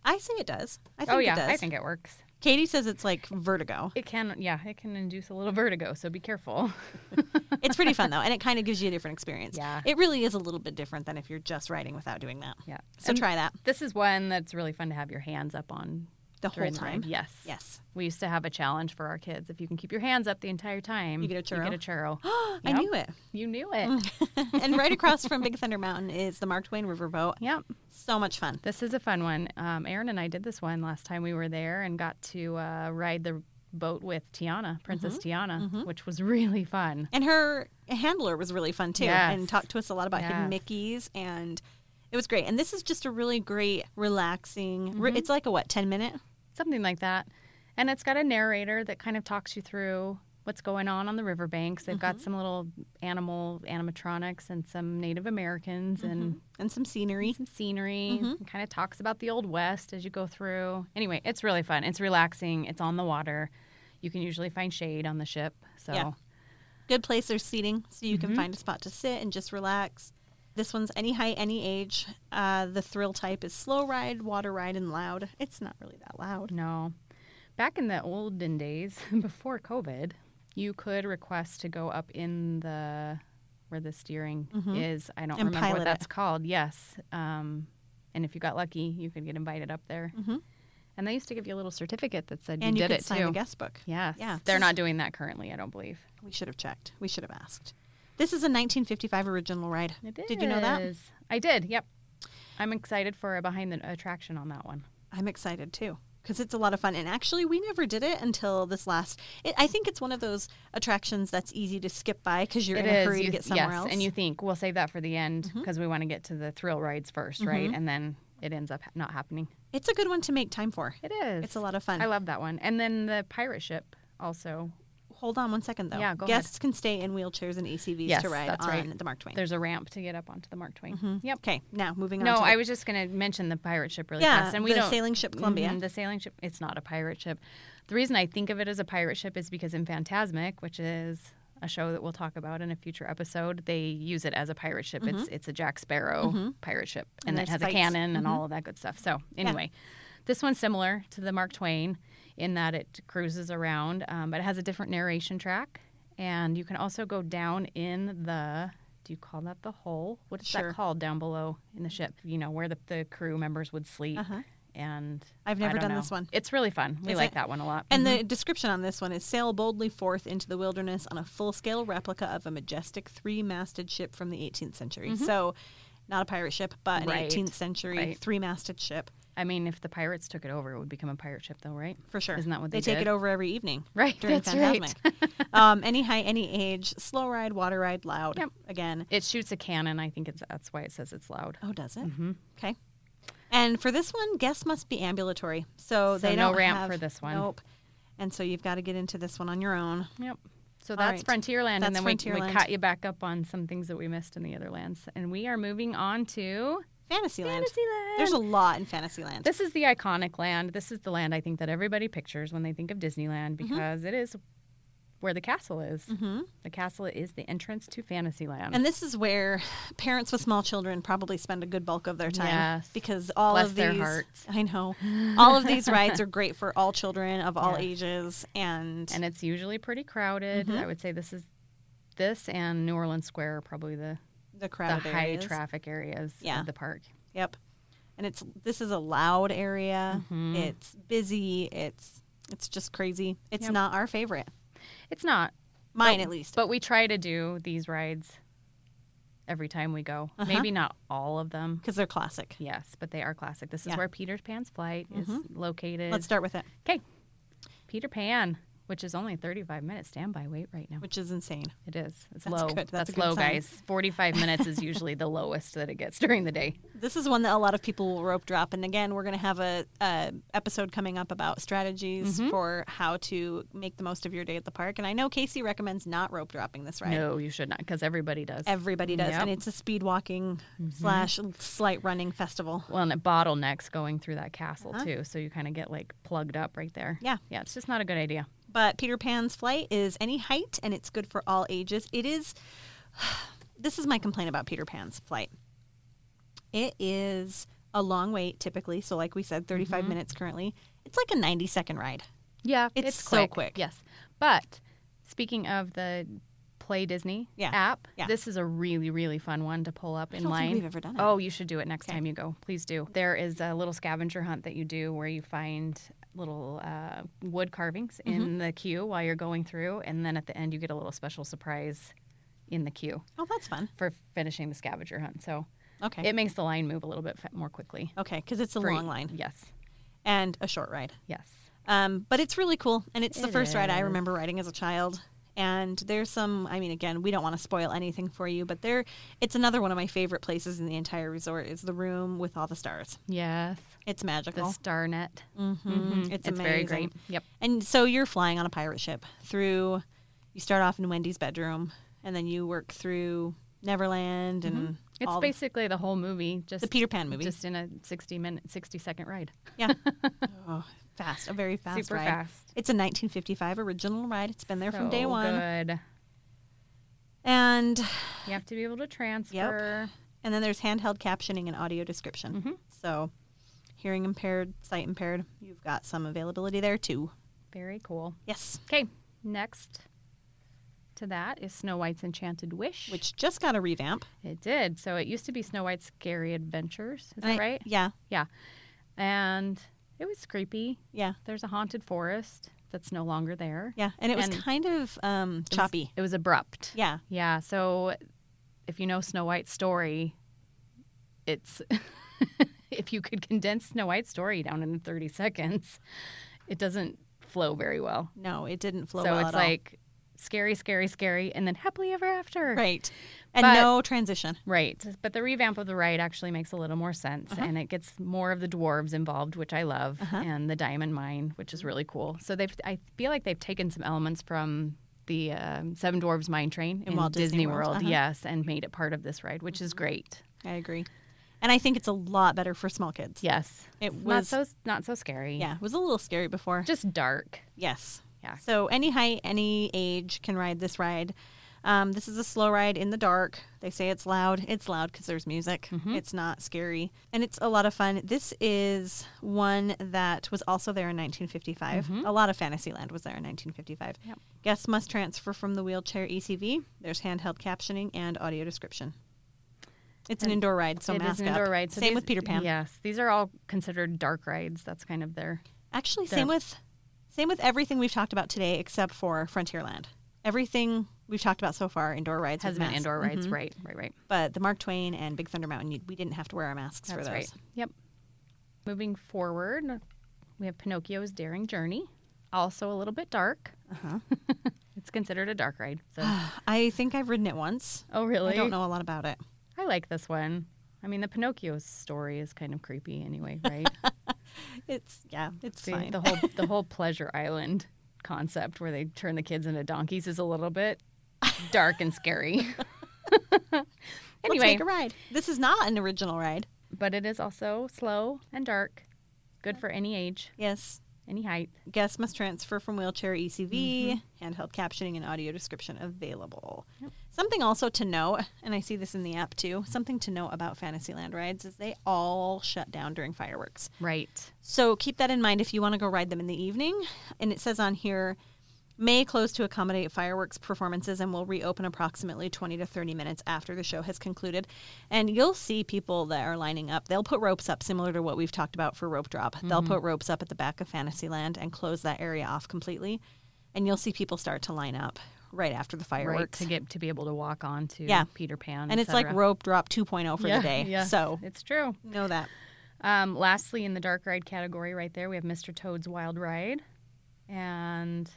C: I say it does. I think
B: Oh,
C: it
B: yeah.
C: does.
B: I think it works.
C: Katie says it's like vertigo.
B: It can, yeah, it can induce a little vertigo, so be careful.
C: it's pretty fun though, and it kind of gives you a different experience.
B: Yeah.
C: it really is a little bit different than if you're just riding without doing that.
B: Yeah.
C: so try that
B: This is one that's really fun to have your hands up on
C: the whole
B: during the
C: time.
B: ride. Yes.
C: Yes.
B: We used to have a challenge for our kids. If you can keep your hands up the entire time,
C: You get a Mm.
B: You get a churro.
C: I
B: Yep.
C: knew it.
B: You knew it.
C: and right across from Big Thunder Mountain is the Mark Twain Riverboat.
B: yep.
C: So much fun.
B: This is a fun one. Um, Aaron and I did this one last time we were there and got to uh, ride the boat with Tiana, Princess Tiana, which was really fun.
C: And her handler was really fun too,
B: Yes.
C: and talked to us a lot about hidden
B: Yes.
C: Mickey's, and it was great. And this is just a really great, relaxing.
B: Mm-hmm.
C: re- It's like a what ten minute.
B: something like that. And it's got a narrator that kind of talks you through what's going on on the riverbanks. They've got some little animal animatronics and some Native Americans and
C: And some scenery.
B: some scenery. and kind of talks about the Old West as you go through. Anyway, it's really fun. It's relaxing. It's on the water. You can usually find shade on the ship. So
C: Yeah. good place there's seating so you
B: Mm-hmm.
C: can find a spot to sit and just relax this one's any height any age uh, the thrill type is slow ride water ride and loud it's not really that loud
B: No. Back in the olden days, before COVID, you could request to go up in the where the steering is. I don't
C: Mm-hmm. And
B: remember
C: pilot
B: what
C: it.
B: that's called. Yes. Um, and if you got lucky, you could get invited up there. And they used to give you a little certificate that said
C: Mm-hmm. and
B: you
C: you
B: did
C: could
B: it
C: sign
B: too.
C: a guest book
B: Yes.
C: Yeah.
B: They're not doing that currently, I don't believe.
C: we should have checked we should have asked this is a 1955 original ride did you know that
B: is. I did. Yep. I'm excited for a behind the attraction on that one.
C: i'm excited too because it's a lot of fun and actually we never did it until this last it, i think it's one of those attractions that's easy to skip by because you're
B: It
C: in
B: is.
C: a hurry
B: You-
C: to get somewhere
B: yes,
C: else
B: and you think we'll save that for the end because we want to get to the thrill rides 1st right? And then it ends up ha- not happening.
C: it's a good one to make time for
B: It is.
C: it's a lot of fun
B: I love that one. And then the pirate ship also.
C: Hold on one second, though.
B: Yeah, go ahead.
C: Guests can stay in wheelchairs and ACVs
B: Yes,
C: to ride
B: that's
C: on
B: right.
C: the Mark Twain. Mm-hmm.
B: There's a ramp to get up onto the Mark Twain. Yep.
C: okay, now moving on.
B: No,
C: to
B: I
C: the-
B: was just going to mention the pirate ship really
C: Yeah,
B: fast. And we
C: the
B: don't,
C: sailing ship Columbia.
B: Mhm, the sailing ship. It's not a pirate ship. The reason I think of it as a pirate ship is because in Fantasmic, which is a show that we'll talk about in a future episode, they use it as a pirate ship. It's it's a Jack Sparrow pirate ship, and, it
C: Mm-hmm. And there's
B: has
C: fights.
B: a cannon
C: Mm-hmm.
B: and all of that good stuff. So anyway, this one's similar to the Mark Twain in that it cruises around, um, but it has a different narration track, and you can also go down in the. Do do you call that the hole? What is
C: Sure.
B: that called down below in the ship? You know, where the, the crew members would sleep.
C: Uh-huh.
B: And
C: I've
B: I
C: never
B: don't
C: done
B: know.
C: this one.
B: It's really fun. We
C: Is
B: like
C: it?
B: that one a lot.
C: And the description on this one is sail boldly forth into the wilderness on a full scale replica of a majestic three masted ship from the 18th century. So, not a pirate ship, but an
B: Mm-hmm. Right.
C: 18th century
B: Right.
C: three masted ship
B: I mean, if the pirates took it over, it would become a pirate ship, though, right?
C: for sure.
B: Isn't that what they,
C: take
B: did?
C: it over every evening?
B: Right,
C: During
B: that's right.
C: Fantasmic. um, any height, any age, slow ride, water ride, loud.
B: Yep.
C: Again.
B: It shoots a cannon. I think it's that's why it says it's loud.
C: Oh, does it?
B: Mm-hmm.
C: Okay. And for this one, guests must be ambulatory.
B: So
C: So, they
B: no
C: don't
B: ramp
C: have-
B: for this one.
C: Nope. And so you've got to get into this one on your own.
B: Yep. So that's
C: right.
B: Frontierland,
C: That's
B: and then we, we
C: Frontierland.
B: caught you back up on some things that we missed in the other lands, and we are moving on to
C: Fantasyland.
B: Fantasyland.
C: There's a lot in Fantasyland.
B: This is the iconic land. This is the land I think that everybody pictures when they think of Disneyland
C: Mm-hmm.
B: because it is where the castle is. Mm-hmm. The castle is the entrance to Fantasyland.
C: And this is where parents with small children probably spend a good bulk of their time
B: Yes.
C: because all
B: Bless
C: of these
B: their hearts.
C: I know. All of these rides are great for all children of all
B: Yes.
C: ages and,
B: and it's usually pretty crowded.
C: Mm-hmm.
B: I would say this is this and New Orleans Square are probably the,
C: the
B: the
C: crowded
B: high
C: areas.
B: traffic areas
C: Yeah. Uh,
B: of the park.
C: Yep. And it's this is a loud
B: Mm-hmm.
C: area. It's busy. It's it's just crazy. It's
B: Yep.
C: not our favorite.
B: It's not,
C: Mine at least.
B: but we try to do these rides every time we go.
C: Uh-huh.
B: Maybe not all of them.
C: Because they're classic.
B: Yes, but they are classic. This is
C: Yeah. Mm-hmm.
B: where Peter Pan's flight is located.
C: Let's start with it,
B: Okay. Peter Pan, which is only 35 minutes standby wait right now.
C: which is insane.
B: It is. It's
C: That's
B: low.
C: good. That's
B: That's,
C: a good
B: low,
C: sign.
B: guys. 45 minutes is usually the lowest that it gets during the day.
C: This is one that a lot of people will rope drop, and again, we're going to have a, a episode coming up about strategies for how to make the most of your day at the park. And I know Casey recommends not rope dropping this ride.
B: No, you should not, because everybody does.
C: Everybody does,
B: Yep.
C: and it's a speed walking slash slight running festival.
B: well, and it bottlenecks going through that castle, too. So you kind of get like plugged up right there.
C: Uh-huh. Yeah.
B: Yeah, it's just not a good idea.
C: But Peter Pan's flight is any height, and it's good for all ages. It is. This is my complaint about Peter Pan's flight. It is a long wait typically. So, like we said, 35 minutes currently. It's like a 90 second ride.
B: Yeah,
C: It's so quick.
B: Yes. But speaking of the Play Disney
C: Yeah.
B: app,
C: Yeah.
B: this is a really, really fun one to pull up in
C: don't think
B: line.
C: we've ever done it.
B: Oh, you should do it next time you go. Please do. There is a little scavenger hunt that you do where you find little uh, wood carvings
C: Mm-hmm.
B: in the queue while you're going through. And then at the end, you get a little special surprise in the queue
C: Oh, that's fun.
B: for finishing the scavenger hunt. So
C: Okay.
B: it makes the line move a little bit fa- more quickly.
C: Okay, because it's a
B: for-
C: long line
B: Yes.
C: and a short ride.
B: Yes.
C: Um, but it's really cool, and it's the
B: It
C: first ride I
B: is.
C: remember riding as a child. And there's some, I mean, again, we don't want to spoil anything for you, but there, it's another one of my favorite places in the entire resort is the room with all the stars.
B: Yes.
C: It's
B: The
C: magical.
B: star net.
C: mm-hmm. It's,
B: It's
C: amazing.
B: very great. Yep.
C: And so you're flying on a pirate ship through. You start off in Wendy's bedroom, and then you work through Neverland and
B: Mm-hmm. It's
C: all the-
B: basically the whole movie, just
C: the Peter Pan movie.
B: just in a sixty minute, sixty second ride.
C: Yeah. oh, fast. A very fast
B: Super
C: ride.
B: fast.
C: It's a 1955 original ride. It's been there from day
B: So
C: one.
B: Good.
C: And
B: You have to be able to transfer.
C: and then there's handheld captioning and audio description.
B: Mm-hmm.
C: So hearing impaired, sight impaired, you've got some availability there too.
B: Very cool.
C: Yes.
B: Okay, next to that is Snow White's Enchanted Wish,
C: Which just got a revamp.
B: it did. So it used to be Snow White's Scary Adventures. Is
C: And
B: that
C: I-
B: right?
C: Yeah.
B: Yeah. And it was creepy.
C: Yeah.
B: There's a haunted forest that's no longer there.
C: Yeah. And it was
B: And-
C: kind of um,
B: It was-
C: choppy.
B: It was abrupt.
C: yeah.
B: Yeah. So if you know Snow White's story, it's if you could condense Snow White's story down in 30 seconds, it doesn't flow very well.
C: No, it didn't flow
B: so
C: well
B: it's
C: at
B: like scary, scary, scary, and then happily ever after.
C: all. Right. And
B: But-
C: no transition.
B: Right. Uh-huh. But the revamp of the ride actually makes a little more sense and it gets more of the dwarves involved, which I love, and the diamond mine, which is really cool. So they've I feel like they've taken some elements from the um, Seven Dwarves Mine Train in,
C: Walt Disney
B: Disney,
C: World,
B: World, Mm-hmm.
C: uh-huh.
B: yes, and made it part of this ride, which is great.
C: I agree. And I think it's a lot better for small kids.
B: Yes.
C: It
B: It's
C: was-
B: not so not so scary.
C: Yeah. It was a little scary before.
B: Just dark.
C: Yes.
B: Yeah.
C: So any height, any age can ride this ride. Um, this is a slow ride in the dark. They say it's loud. It's loud because there's music.
B: Mm-hmm.
C: It's not scary. And it's a lot of fun. This is one that was also there in 1955. A lot of Fantasyland was there in 1955.
B: Mm-hmm. Yep.
C: Guests must transfer from the wheelchair ECV. There's handheld captioning and audio description. It's an indoor ride, so
B: It is
C: mask
B: an
C: up.
B: indoor ride.
C: Same
B: these-
C: with Peter Pan.
B: Yes, these are all considered dark rides. That's kind of their
C: Actually, same with same with everything we've talked about today, except for Frontierland. Everything we've talked about so far, indoor rides
B: has
C: with
B: been
C: masks.
B: indoor rides. Right, right, right.
C: But the Mark Twain and Big Thunder Mountain, you- we didn't have to wear our masks for
B: That's
C: those.
B: right. Yep. Moving forward, we have Pinocchio's Daring Journey. Also a little bit dark. it's considered a dark ride. So.
C: Uh-huh. I think I've ridden it once.
B: oh, really?
C: I don't know a lot about it.
B: I like this one. I mean, the Pinocchio story is kind of creepy anyway, right?
C: It's yeah, it's
B: See,
C: fine.
B: the whole the whole Pleasure Island concept where they turn the kids into donkeys is a little bit dark and scary.
C: Let's
B: anyway,
C: take a ride. This is not an original ride.
B: but it is also slow and dark. Good for any age,
C: Yes.
B: any height.
C: Guests must transfer from wheelchair ECV, handheld captioning and audio description available. Something also to know, and I see this in the app too, something to know about Fantasyland rides is they all shut down during fireworks.
B: Right.
C: So keep that in mind if you want to go ride them in the evening. And it says on here, may close to accommodate fireworks performances and will reopen approximately 20 to 30 minutes after the show has concluded. And you'll see people that are lining up. They'll put ropes up, similar to what we've talked about for rope drop. They'll
B: Mm-hmm.
C: put ropes up at the back of Fantasyland and close that area off completely. And you'll see people start to line up right after the
B: Right
C: fireworks.
B: to get to be able to walk on to
C: Yeah.
B: Peter Pan.
C: and
B: et
C: it's like
B: cetera.
C: rope drop 2.0 for
B: Yeah,
C: the day.
B: yes,
C: So
B: it's true.
C: know that.
B: Um, lastly, in the dark ride category, right there, we have Mr. Toad's Wild Ride, and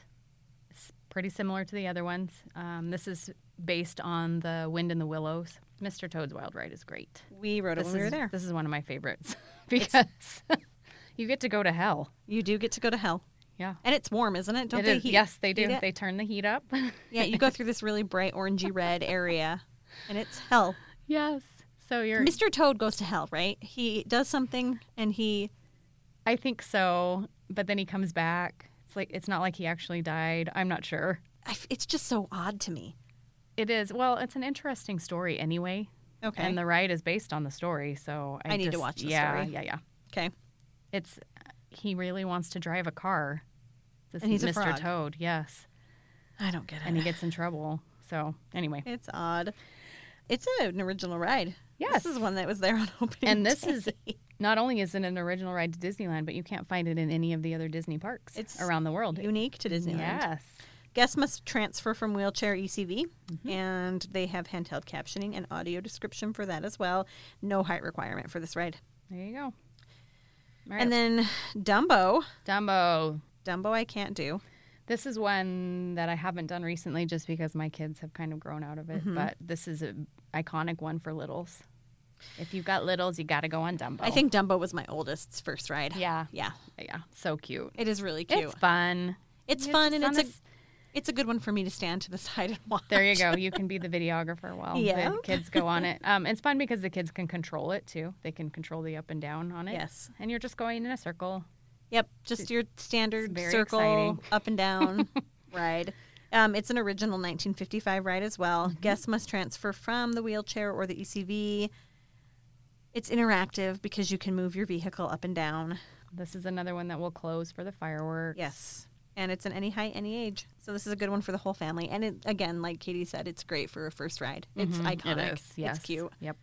B: it's pretty similar to the other ones. Um, this is based on the Wind in the Willows. Mr. Toad's Wild Ride is great.
C: We rode it
B: This
C: when we were
B: is
C: there.
B: this is one of my favorites because you get to go to hell.
C: You do get to go to hell.
B: Yeah,
C: And it's warm, isn't it? Don't
B: It
C: they
B: is-
C: heat?
B: yes, they do.
C: heat it?
B: They turn the heat up.
C: Yeah, you go through this really bright orangey red area, and it's hell.
B: yes, so you're.
C: Mr. Toad goes to hell, right? He does something, and he
B: I think so, but then he comes back. It's like it's not like he actually died. I'm not sure.
C: I f- it's just so odd to me.
B: It is. Well, it's an interesting story anyway.
C: Okay.
B: And the ride is based on the story, so I,
C: I need to
B: just-
C: watch the
B: yeah,
C: story.
B: Yeah, yeah,
C: Okay.
B: It's he really wants to drive a car. This
C: And he's a
B: Mr.
C: frog.
B: Toad, yes,
C: I don't get it.
B: and he gets in trouble. So anyway,
C: it's odd. It's an original ride.
B: Yes.
C: This is one that was there on opening.
B: and this
C: day.
B: is not only is it an original ride to Disneyland, but you can't find it in any of the other Disney parks
C: It's
B: around the world.
C: unique to Disneyland.
B: Yes,
C: Guests must transfer from wheelchair ECV,
B: Mm-hmm.
C: and they have handheld captioning and audio description for that as well. No height requirement for this ride.
B: there you go. All right.
C: And then Dumbo.
B: Dumbo.
C: Dumbo, I can't do.
B: This is one that I haven't done recently just because my kids have kind of grown out of it,
C: Mm-hmm.
B: but this is an iconic one for littles. If you've got littles, you got to go on Dumbo.
C: I think Dumbo was my oldest's first ride.
B: Oh. Yeah.
C: Yeah.
B: Yeah. So cute.
C: It is really cute.
B: It's
C: It's,
B: fun.
C: fun
B: just
C: and
B: on
C: it's a
B: this-
C: it's a good one for me to stand to the side and watch.
B: There you go. You can be the videographer while
C: Yeah.
B: the kids go on it. Um, it's fun because the kids can control it too. They can control the up and down on it.
C: Yes.
B: And you're just going in a circle.
C: Yep, just your standard
B: very
C: circle
B: exciting.
C: up and down ride. Um, it's an original 1955 ride as well.
B: Mm-hmm.
C: Guests must transfer from the wheelchair or the ECV. It's interactive because you can move your vehicle up and down.
B: This is another one that will close for the fireworks.
C: Yes. And it's in any height, any age. So this is a good one for the whole family. And it, again, like Katie said, it's great for a first ride. It's iconic.
B: Mm-hmm. It is. Yes.
C: It's cute.
B: Yep.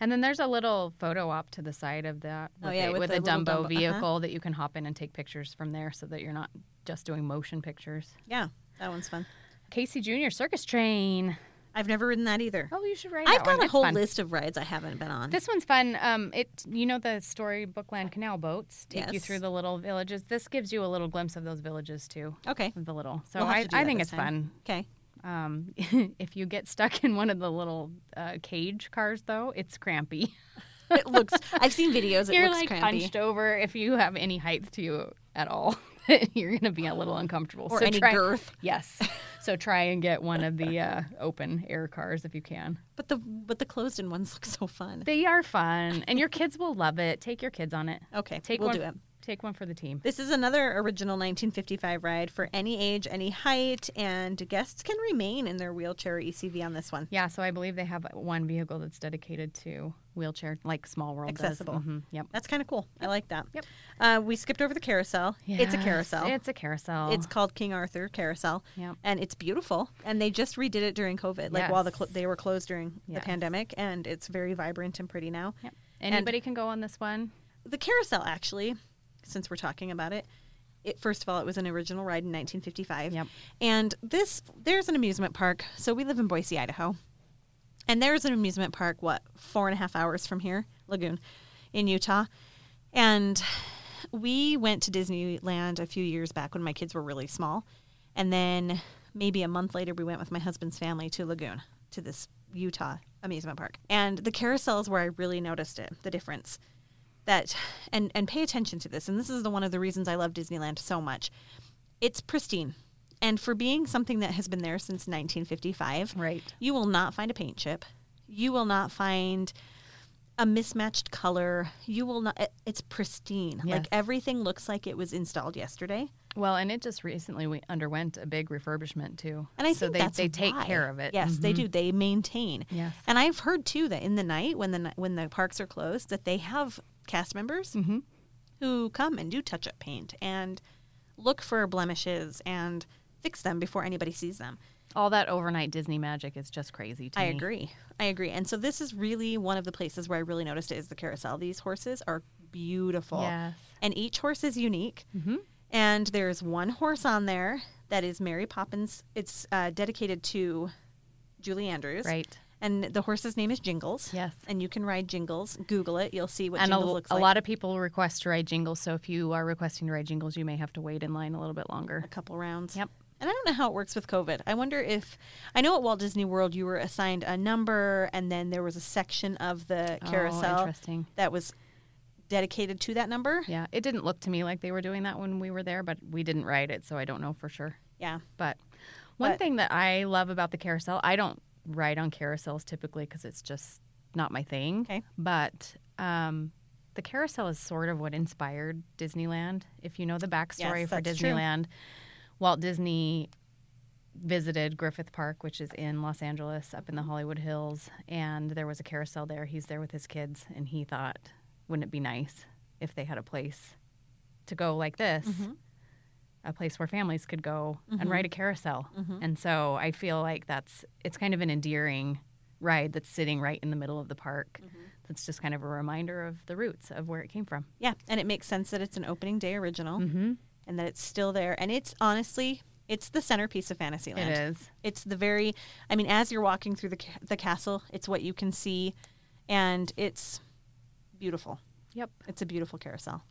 B: And then there's a little photo op to the side of that
C: Oh,
B: with,
C: yeah,
B: a,
C: with
B: with
C: the
B: a
C: little
B: Dumbo,
C: Dumbo- uh-huh.
B: vehicle that you can hop in and take pictures from there so that you're not just doing motion pictures.
C: Yeah, that one's fun.
B: Casey Jr. Circus Train.
C: I've never ridden that either.
B: Oh, you should write
C: I've
B: that
C: got
B: one.
C: a
B: It's
C: whole
B: fun.
C: list of rides I haven't been on.
B: This one's fun. Um, it you know the story Bookland Canal boats take you
C: Yes.
B: through the little villages. This gives you a little glimpse of those villages too.
C: okay.
B: of The little. So
C: We'll have
B: I,
C: to do
B: I
C: that
B: think
C: this
B: it's
C: time.
B: fun.
C: Okay.
B: Um, if you get stuck in one of the little uh, cage cars though, it's crampy.
C: It looks. I've seen videos. It
B: you're
C: looks
B: like
C: crampy.
B: punched over if you have any height to you at all. you're going to be a little uncomfortable.
C: Or any
B: try,
C: girth.
B: Yes. So try and get one of the uh, open air cars if you can.
C: But the but the closed-in ones look so fun.
B: They are fun, and your kids will love it. Take your kids on it.
C: Okay,
B: take
C: we'll
B: one,
C: do it.
B: Take one for the team.
C: This is another original 1955 ride for any age, any height, and guests can remain in their wheelchair or ECV on this one.
B: Yeah, so I believe they have one vehicle that's dedicated to wheelchair, like Small World does.
C: Accessible.
B: Mhm, Yep.
C: That's kind of cool. I like that.
B: Yep.
C: Uh, we skipped over the carousel. It's a
B: Yes,
C: carousel.
B: It's a carousel.
C: It's called King Arthur Carousel.
B: Yep.
C: And it's beautiful. And they just redid it during COVID, like while the cl-
B: Yes.
C: they were closed during the
B: Yes.
C: pandemic. And it's very vibrant and pretty now.
B: Yep. Anybody can go on this one.
C: The carousel, actually, since we're talking about it, it first of all, it was an original ride in 1955.
B: Yep.
C: And this, there's an amusement park. So we live in Boise, Idaho. And there's an amusement park, what, four and a half hours from here, Lagoon, in Utah. And we went to Disneyland a few years back when my kids were really small. And then maybe a month later, we went with my husband's family to Lagoon, to this Utah amusement park. And the carousel is where I really noticed it, the difference. That, and, and pay attention to this. And this is the, one of the reasons I love Disneyland so much. It's pristine. And for being something that has been there since 1955,
B: Right.
C: you will not find a paint chip. You will not find a mismatched color. You will not. it- It's pristine.
B: Yes.
C: Like everything looks like it was installed yesterday.
B: Well, and it just recently we underwent a big refurbishment too.
C: And I
B: so
C: think
B: they
C: that's
B: they take
C: why.
B: care of it. Mm-hmm.
C: Yes, they do. They maintain.
B: Yes.
C: And I've heard too that in the night when the ni- when the parks are closed, that they have cast members
B: Mm-hmm.
C: who come and do touch up paint and look for blemishes and fix them before anybody sees them.
B: All that overnight Disney magic is just crazy to
C: I
B: me.
C: agree. I agree. And so this is really one of the places where I really noticed it is the carousel. These horses are beautiful.
B: Yes.
C: And each horse is unique. Mm-hmm. And there's one horse on there that is Mary Poppins. It's uh, dedicated to Julie Andrews.
B: Right.
C: And the horse's name is Jingles.
B: Yes.
C: And you can ride Jingles. Google it. You'll see what
B: And a,
C: Jingles
B: l-
C: looks
B: a
C: like.
B: lot of people request to ride jingles, so if you are requesting to ride jingles, you may have to wait in line a little bit longer.
C: a couple rounds.
B: Yep.
C: And I don't know how it works with COVID. I wonder if I know at Walt Disney World you were assigned a number and then there was a section of the
B: Oh,
C: carousel
B: interesting.
C: that was dedicated to that number.
B: Yeah, it didn't look to me like they were doing that when we were there, but we didn't ride it, so I don't know for sure.
C: Yeah.
B: But one
C: But-
B: thing that I love about the carousel, I don't ride on carousels typically because it's just not my thing.
C: Okay.
B: But um, the carousel is sort of what inspired Disneyland. If you know the backstory
C: Yes,
B: for
C: that's true.
B: Disneyland, Walt Disney visited Griffith Park, which is in Los Angeles, up in the Hollywood Hills, and there was a carousel there. He's there with his kids, and he thought, wouldn't it be nice if they had a place to go like this?
C: Mm-hmm.
B: A place where families could go and ride a carousel.
C: Mm-hmm.
B: And so I feel like that's it's kind of an endearing ride that's sitting right in the middle of the park.
C: Mm-hmm.
B: That's just kind of a reminder of the roots of where it came from.
C: Yeah. And it makes sense that it's an opening day
B: Mm.
C: original and that it's still there. And it's honestly, it's the centerpiece of Fantasyland.
B: It is.
C: It's the very, I mean, as you're walking through the, ca- the castle, it's what you can see and it's beautiful.
B: Yep.
C: It's a beautiful carousel.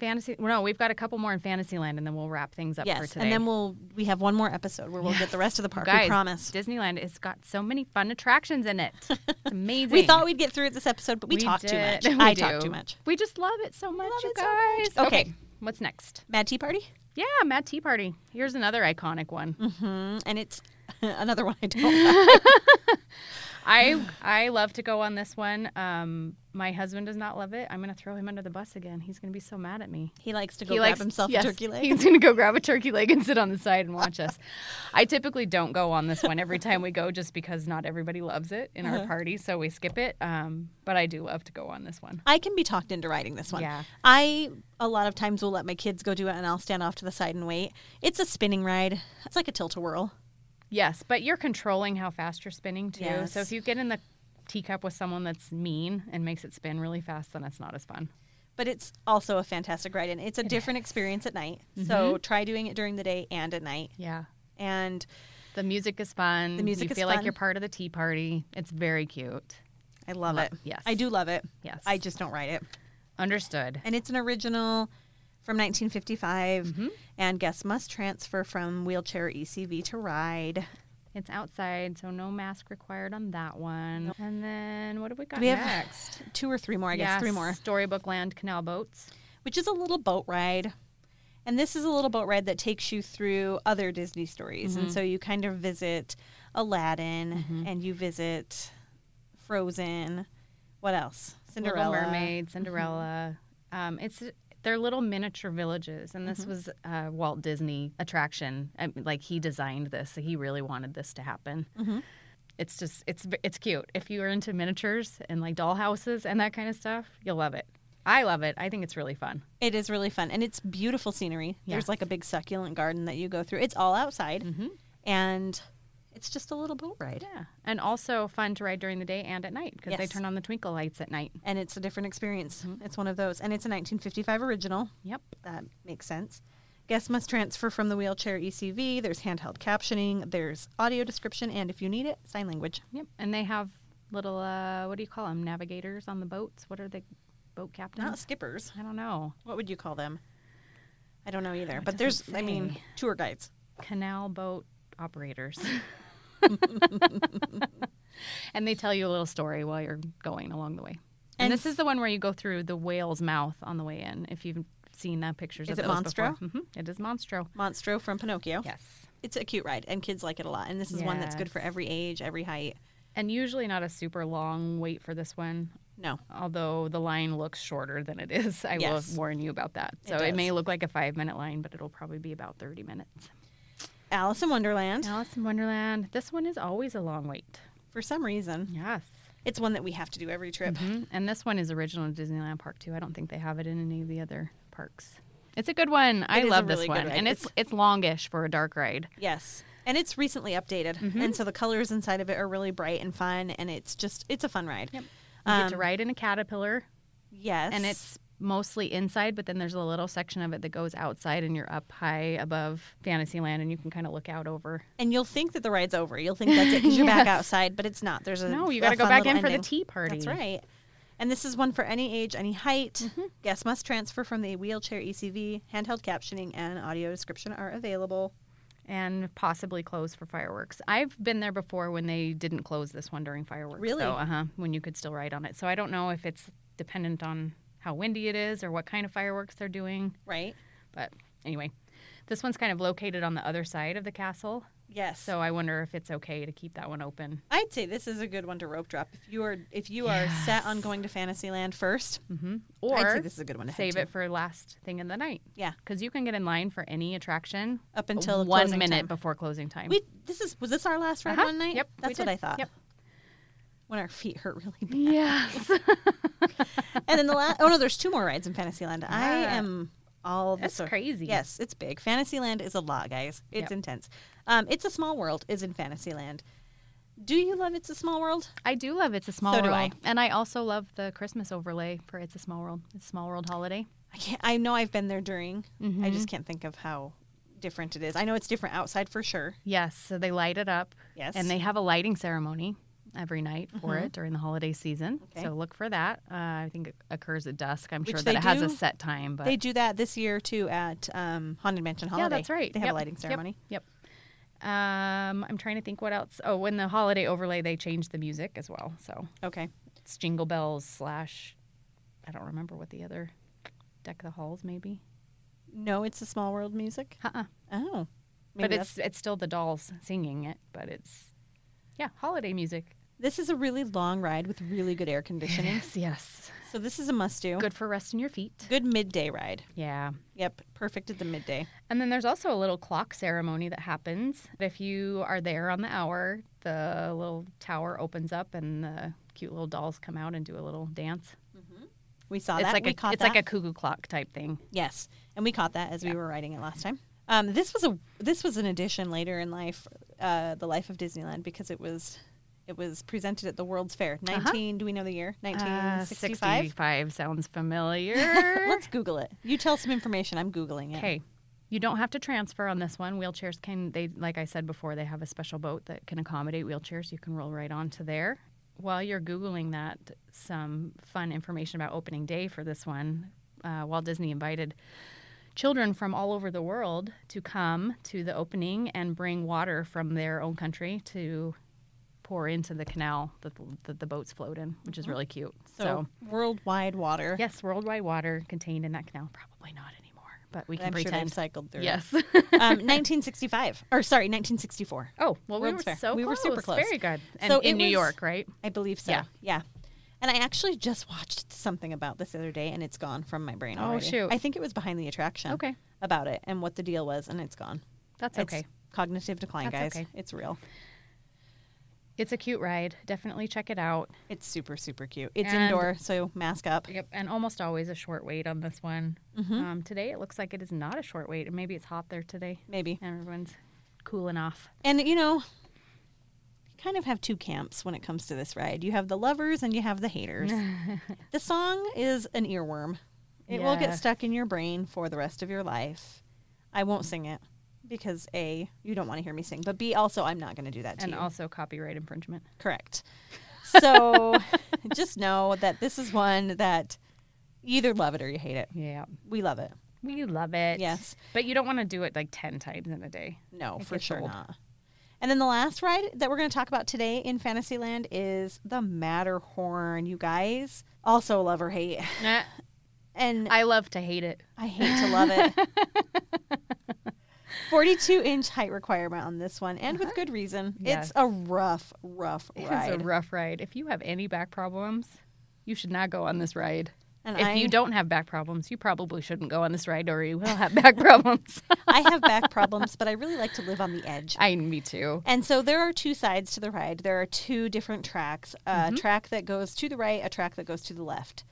B: Fantasy. No, we've got a couple more in Fantasyland, and then we'll wrap things up for
C: Yes,
B: today.
C: and then we'll we have one more episode where we'll get the rest of the park.
B: Guys,
C: we promise.
B: Disneyland has got so many fun attractions in it. It's amazing.
C: We thought we'd get through it this episode, but we, talked too
B: did.
C: much.
B: We
C: I
B: do.
C: talked too much.
B: We just love it so much,
C: love
B: you
C: it so
B: guys.
C: much.
B: Okay.
C: Okay.
B: what's next?
C: Mad Tea Party,
B: Yeah, Mad Tea Party. Here's another iconic one.
C: Mm, and it's another one I don't. like.
B: I I love to go on this one. Um, my husband does not love it. I'm gonna throw him under the bus again. He's gonna be so mad at me.
C: He likes to go
B: He
C: grab
B: likes-
C: himself
B: yes,
C: a turkey leg.
B: He's gonna go grab a turkey leg and sit on the side and watch us. I typically don't go on this one every time we go, just because not everybody loves it in
C: Uh-huh.
B: our party, so we skip it. Um, but I do love to go on this one.
C: I can be talked into riding this one.
B: Yeah.
C: I a lot of times will let my kids go do it, and I'll stand off to the side and wait. It's a spinning ride. It's like a tilt a whirl.
B: Yes, but you're controlling how fast you're spinning too.
C: Yes.
B: So if you get in the teacup with someone that's mean and makes it spin really fast, then it's not as fun.
C: But it's also a fantastic ride, and it's a different experience at night.
B: Mm-hmm.
C: So try doing it during the day and at night.
B: Yeah.
C: And
B: The music is fun.
C: The music
B: you
C: is
B: feel like
C: fun.
B: you're part of the tea party. It's very cute.
C: I love it.
B: yes.
C: I do love it.
B: Yes.
C: I just don't ride it.
B: Understood.
C: And it's an original from 1955,
B: Mm-hmm.
C: and guests must transfer from wheelchair ECV to ride.
B: It's outside, so no mask required on that one. And then what have we got
C: We have
B: next?
C: two or three more, I guess, three
B: Yes,
C: more,
B: Storybook Land canal boats.
C: which is a little boat ride. And this is a little boat ride that takes you through other Disney stories. And so you kind of visit Aladdin and you visit Frozen. What else? Cinderella. Mm-hmm.
B: Little Mermaid, Cinderella. Um, it's They're little miniature villages, and this
C: Mm-hmm.
B: was a Walt Disney attraction. I mean, like he designed this, so he really wanted this to happen.
C: Mm-hmm.
B: It's just it's v- it's cute. If you are into miniatures and like dollhouses and that kind of stuff, you'll love it. I love it. I think it's really fun.
C: It is really fun, and it's beautiful scenery. There's
B: Yes.
C: like a big succulent garden that you go through. It's all outside, and it's just a little boat ride,
B: Yeah, and also fun to ride during the day and at night because they
C: Yes.
B: turn on the twinkle lights at night.
C: and it's a different experience. It's one of those, and it's a 1955 original.
B: Yep.
C: That makes sense. Guests must transfer from the wheelchair ECV. There's handheld captioning. There's audio description, and if you need it, sign language.
B: Yep. And they have little uh, what do you call them? Navigators on the boats. What are they? Boat captains?
C: Not skippers.
B: I don't know.
C: What would you call them? I don't know either. but
B: doesn't
C: there's, I mean,
B: say.
C: tour guides.
B: canal boat operators. and they tell you a little story while you're going along the way. And,
C: And-
B: this is the one where you go through the whale's mouth on the way in. If you've seen uh, pictures
C: Is
B: of
C: it
B: those
C: Monstro?
B: before, Mhm. It is Monstro.
C: Monstro from
B: Oh.
C: Pinocchio.
B: Yes,
C: It's a cute ride, and kids like it a lot. And this is one that's good for every age, every height.
B: and usually not a super long wait for this one.
C: No.
B: Although the line looks shorter than it is, I
C: Yes.
B: will warn you about that.
C: It
B: So it, may
C: does.
B: look like a five minute line, but it'll probably be about 30 minutes.
C: Alice in Wonderland,
B: Alice in Wonderland. This one is always a long wait.
C: for some reason,
B: Yes.
C: it's one that we have to do every trip.
B: Mhm. And this one is original to Disneyland Park too. I don't think they have it in any of the other parks. It's a good one. I
C: It is a
B: love
C: really
B: this
C: good
B: one,
C: ride.
B: and it's, it's longish for a dark ride.
C: Yes. And it's recently updated.
B: Mm-hmm.
C: And so the colors inside of it are really bright and fun. And it's just, it's a fun ride. Um, Yep.
B: You get to ride in a caterpillar,
C: Yes.
B: and it's mostly inside, but then there's a little section of it that goes outside, and you're up high above Fantasyland, and you can kind of look out over.
C: and you'll think that the ride's over. You'll think that's it because you're back
B: Yes.
C: outside, but it's not. There's a
B: No, you
C: a
B: got to go
C: fun
B: back in
C: little
B: for the
C: ending.
B: tea party.
C: That's right. And this is one for any age, any height.
B: Mm-hmm.
C: Guests must transfer from the wheelchair ECV. Handheld captioning and audio description are available.
B: and possibly close for fireworks. I've been there before when they didn't close this one during fireworks.
C: Really?
B: Uh huh. When you could still ride on it. So I don't know if it's dependent on how windy it is or what kind of fireworks they're doing.
C: Right?
B: But anyway, this one's kind of located on the other side of the castle.
C: Yes.
B: So I wonder if it's okay to keep that one open.
C: I'd say this is a good one to rope drop if you are if you are set on going to Fantasyland 1st
B: Or
C: I'd say this is a good one to head
B: save
C: to.
B: it for last thing in the night.
C: Yeah,
B: Because you can get in line for any attraction
C: up until the
B: one
C: closing
B: minute
C: time.
B: before closing time.
C: We this is was this our last ride
B: Uh-huh.
C: one night?
B: Yep, we
C: that's what
B: did.
C: I thought.
B: Yep.
C: When our feet hurt really bad.
B: yes.
C: and then the last oh no, there's two more rides in Fantasyland. I
B: Yeah.
C: am all the
B: That's
C: so-
B: crazy.
C: Yes, it's big. Fantasyland is a lot, guys. It's
B: Yep.
C: intense. Um, it's a small world is in Fantasyland. Do you love It's a Small World?
B: I do love It's a Small
C: So do
B: World.
C: I.
B: And I also love the Christmas overlay for It's a Small World, It's a Small World holiday.
C: I can't. I know I've been there during.
B: Mm-hmm.
C: I just can't think of how different it is. I know it's different outside for sure.
B: Yes, so they light it up.
C: Yes. Mm-hmm.
B: And they have a lighting ceremony every night for it during the holiday season.
C: Okay.
B: So look for that. Uh, I think it occurs at dusk. I'm
C: Which
B: sure
C: they
B: that it has
C: do.
B: a set time, but
C: They do that this year too at um, Haunted Mansion Holiday.
B: yeah, that's right.
C: They have
B: Yep,
C: a lighting
B: yep,
C: ceremony.
B: Yep. Um, I'm trying to think what else. Oh, when the holiday overlay, they changed the music as well. So
C: Okay.
B: it's Jingle Bells slash, I don't remember what the other deck of the halls maybe.
C: No, it's a Small World music.
B: Uh-uh.
C: Oh,
B: but
C: Maybe
B: it's it's still the dolls singing it, but it's yeah, holiday music.
C: This is a really long ride with really good air conditioning.
B: yes.
C: So this is a must do.
B: Good for resting your feet.
C: Good midday ride.
B: Yeah.
C: Yep, perfect at the midday.
B: And then there's also a little clock ceremony that happens. If you are there on the hour, the little tower opens up and the cute little dolls come out and do a little dance.
C: We saw
B: it's
C: Oh, that.
B: like
C: we
B: a
C: caught
B: it's
C: that.
B: like a cuckoo clock type thing.
C: yes, and we caught that as we were riding it last time. Um, this was a this was an addition later in life, uh, the life of Disneyland because it was it was presented at the World's Fair. 19 Do we know the year?
B: Uh-huh. Uh,
C: 1965.
B: 65 sounds familiar.
C: Let's Google it. You tell some information. I'm googling it.
B: Okay. You don't have to transfer on this one. Wheelchairs can they like I said before, they have a special boat that can accommodate wheelchairs. You can roll right onto there. While you're googling that, some fun information about opening day for this one. Uh, Walt Disney invited children from all over the world to come to the opening and bring water from their own country to pour into the canal that the, that the boats float in, which is really cute.
C: So, worldwide water.
B: Yes, worldwide water contained in that canal. Probably not anymore, but we can
C: I'm sure they've
B: pretend.
C: cycled through.
B: yes.
C: um, 1965, or sorry, 1964.
B: oh, well, we
C: World's
B: were
C: Fair.
B: so
C: We were
B: close.
C: super close.
B: Very good. And
C: So it
B: in New
C: was-
B: York, right?
C: I believe so. Yeah.
B: Yeah.
C: And I actually just watched something about this the other day, and it's gone from my brain
B: Oh,
C: already.
B: shoot.
C: I think it was behind the attraction.
B: Okay.
C: About it and what the deal was, and it's gone.
B: That's
C: It's
B: okay.
C: Cognitive decline,
B: That's
C: guys.
B: okay.
C: It's real.
B: It's a cute ride. Definitely check it out.
C: It's super super cute. It's
B: And-
C: indoor, so mask up.
B: Yep, and almost always a short wait on this one. Um, today it looks like it is not a short wait, and maybe it's hot there today.
C: Maybe.
B: and everyone's cooling off.
C: And you know, you kind of have two camps when it comes to this ride. You have the lovers and you have the haters. the song is an earworm. It will
B: Yeah.
C: get stuck in your brain for the rest of your life. I won't sing it because A, you don't want to hear me sing, but B, also I'm not going to do that to
B: and
C: you.
B: also copyright infringement.
C: Correct. So just know that this is one that you either love it or you hate it.
B: Yeah,
C: We love it.
B: we love it.
C: Yes.
B: but you don't want to do it like ten times in a day.
C: No,
B: It
C: for
B: gets
C: sure
B: old.
C: not. And then the last ride that we're going to talk about today in Fantasyland is the Matterhorn. You guys also love or hate,
B: Nah,
C: and I,
B: I love to hate it.
C: hate to love it. Forty-two inch height requirement on this one, and with good reason.
B: Uh-huh. Yes.
C: It's a rough, rough ride.
B: It's a rough ride. If you have any back problems, you should not go on this ride.
C: And
B: if
C: I-
B: you don't have back problems, you probably shouldn't go on this ride, or you will have back problems.
C: I have back problems, but I really like to live on the edge.
B: I, me too.
C: And so there are two sides to the ride. There are two different tracks: a
B: Mm-hmm.
C: track that goes to the right, a track that goes to the left.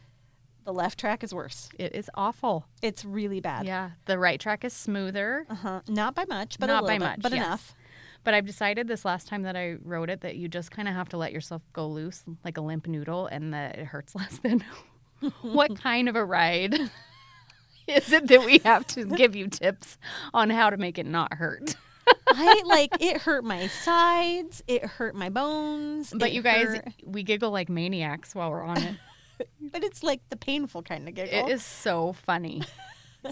C: The left track is worse.
B: It is awful.
C: It's really bad.
B: Yeah, the right track is smoother.
C: Uh-huh. Not by much, but
B: Not
C: a
B: by
C: little bit,
B: much,
C: but
B: yes.
C: enough.
B: But I've decided this last time that I wrote it that you just kind of have to let yourself go loose like a limp noodle and that it hurts less than. what kind of a ride is it that we have to give you tips on how to make it not hurt?
C: I like it hurt my sides, it hurt my bones.
B: But
C: it
B: you guys,
C: hurt-
B: we giggle like maniacs while we're on it.
C: but it's like the painful kind of giggle.
B: It is so funny.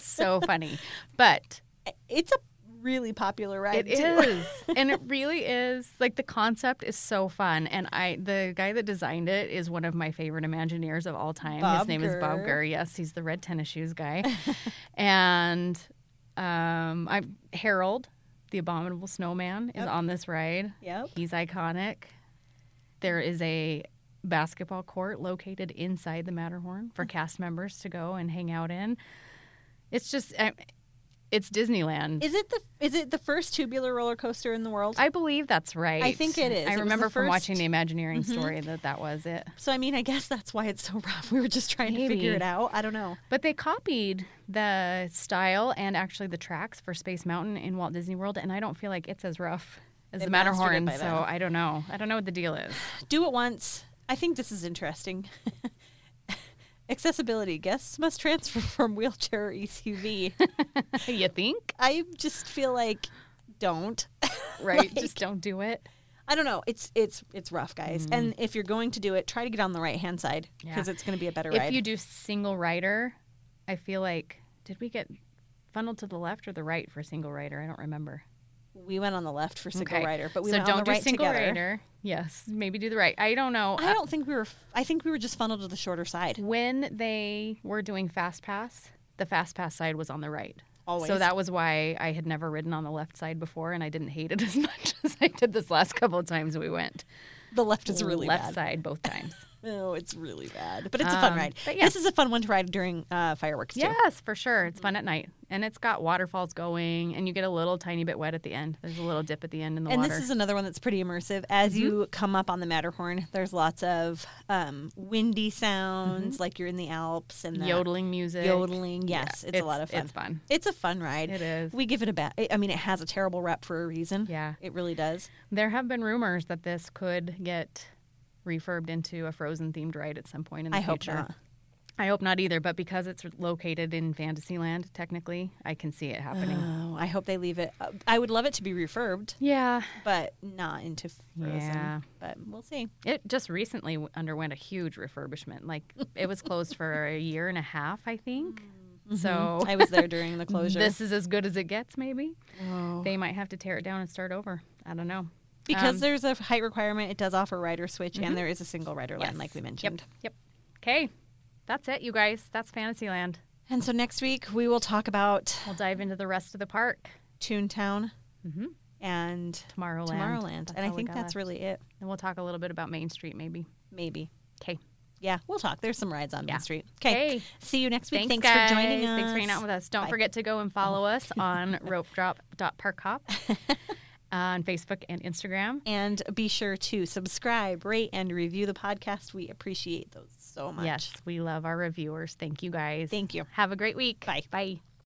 B: so funny. But
C: It's a really popular ride.
B: it
C: too.
B: is. and it really is. Like the concept is so fun. And I the guy that designed it is one of my favorite Imagineers of all time.
C: Bob
B: His name is Bob
C: Gurr.
B: Gurr. Yes, he's the red tennis shoes guy. and um I'm Harold, the abominable snowman, is on this ride.
C: Yep.
B: He's iconic. There is a basketball court located inside the Matterhorn for cast members to go and hang out in. It's just, I- it's Disneyland.
C: Is it the is it the first tubular roller coaster in the world?
B: I believe that's right.
C: think it is. It was
B: I
C: the
B: remember from watching
C: first- Mm-hmm.
B: the Imagineering story that that was it.
C: so I mean, I guess that's why it's so rough. We were just trying to figure
B: Maybe.
C: it out. I don't know.
B: But they copied the style and actually the tracks for Space Mountain in Walt Disney World, and I don't feel like it's as rough as
C: They
B: the
C: mastered it
B: Matterhorn.
C: by
B: So
C: then.
B: I don't know. I don't know what the deal is.
C: Do it once. I think this is interesting. Accessibility. Guests must transfer from wheelchair or E ECV.
B: you think?
C: I just feel like don't.
B: Right. Just don't do it.
C: I don't know. It's it's it's rough, guys. And if you're going to do it, try to get on the right hand side because
B: Mm-hmm. Yeah.
C: it's going to be a better
B: If
C: ride.
B: you do single rider, I feel like did we get funneled to the left or the right for single rider? I don't remember.
C: we went on the left for single
B: Okay.
C: rider, but we
B: so
C: went
B: don't
C: on the
B: do
C: right
B: single
C: together.
B: rider. Yes, maybe do the right. I don't know.
C: I don't think we were. f- I think we were just funneled to the shorter side.
B: when they were doing fast pass, the fast pass side was on the right.
C: Always.
B: So that was why I had never ridden on the left side before, and I didn't hate it as much as I did this last couple of times we went.
C: The left is really
B: left
C: bad.
B: side both times.
C: Oh, it's really bad. But it's a fun
B: Um,
C: ride.
B: but yeah.
C: This is a fun one to ride during uh, fireworks too.
B: yes, for sure. It's fun at night, and it's got waterfalls going, and you get a little tiny bit wet at the end. There's a little dip at the end in the
C: And
B: water. Mm-hmm.
C: this is another one that's pretty immersive. As you come up on the Matterhorn, there's lots of um, windy sounds,
B: Mm-hmm.
C: like you're in the Alps and that.
B: yodeling music.
C: yodeling. Yes, it's, a lot of fun.
B: It's fun.
C: It's a fun ride.
B: It is.
C: We give it a bad. I mean, it has a terrible rep for a reason.
B: Yeah.
C: it really does.
B: There have been rumors that this could get refurbed into a Frozen themed ride at some point in the
C: I hope
B: future.
C: not.
B: I hope not either, but because it's located in Fantasyland, technically, I can see it happening.
C: Oh, I hope they leave it. uh, I would love it to be refurbed,
B: yeah.
C: but not into Frozen.
B: Yeah.
C: But we'll see.
B: It just recently w- underwent a huge refurbishment. Like, it was closed for a year and a half, I think. So,
C: Mm-hmm. I was there during the Mm. closure. Oh.
B: this is as good as it gets, maybe. They might have to tear it down and start over. I don't know.
C: because
B: Um, Mm-hmm.
C: there's a height requirement, it does offer rider switch, and there is a single rider line,
B: Yes.
C: like we mentioned.
B: Yep. Okay. That's it, you guys. That's Fantasyland.
C: And so next week we will talk about
B: We'll dive into the rest of the park.
C: Toontown and
B: Mm-hmm. Tomorrowland.
C: Tomorrowland,
B: That's
C: and I
B: all we
C: think
B: gotta-
C: that's really it.
B: And we'll talk a little bit about Main Street, maybe.
C: Maybe.
B: Okay.
C: Yeah, we'll talk. There's some rides on Main
B: Yeah.
C: Street. Okay.
B: Hey.
C: See you next week.
B: Thanks,
C: Thanks, for joining
B: guys.
C: us.
B: Thanks for hanging out with us. Don't
C: Bye.
B: forget to go and follow us on ropedrop.parkhop on Facebook and Instagram.
C: And be sure to subscribe, rate, and review the podcast. We appreciate those so much.
B: Yes, we love our reviewers. Thank you guys.
C: Thank you.
B: Have a great week.
C: Bye.
B: Bye.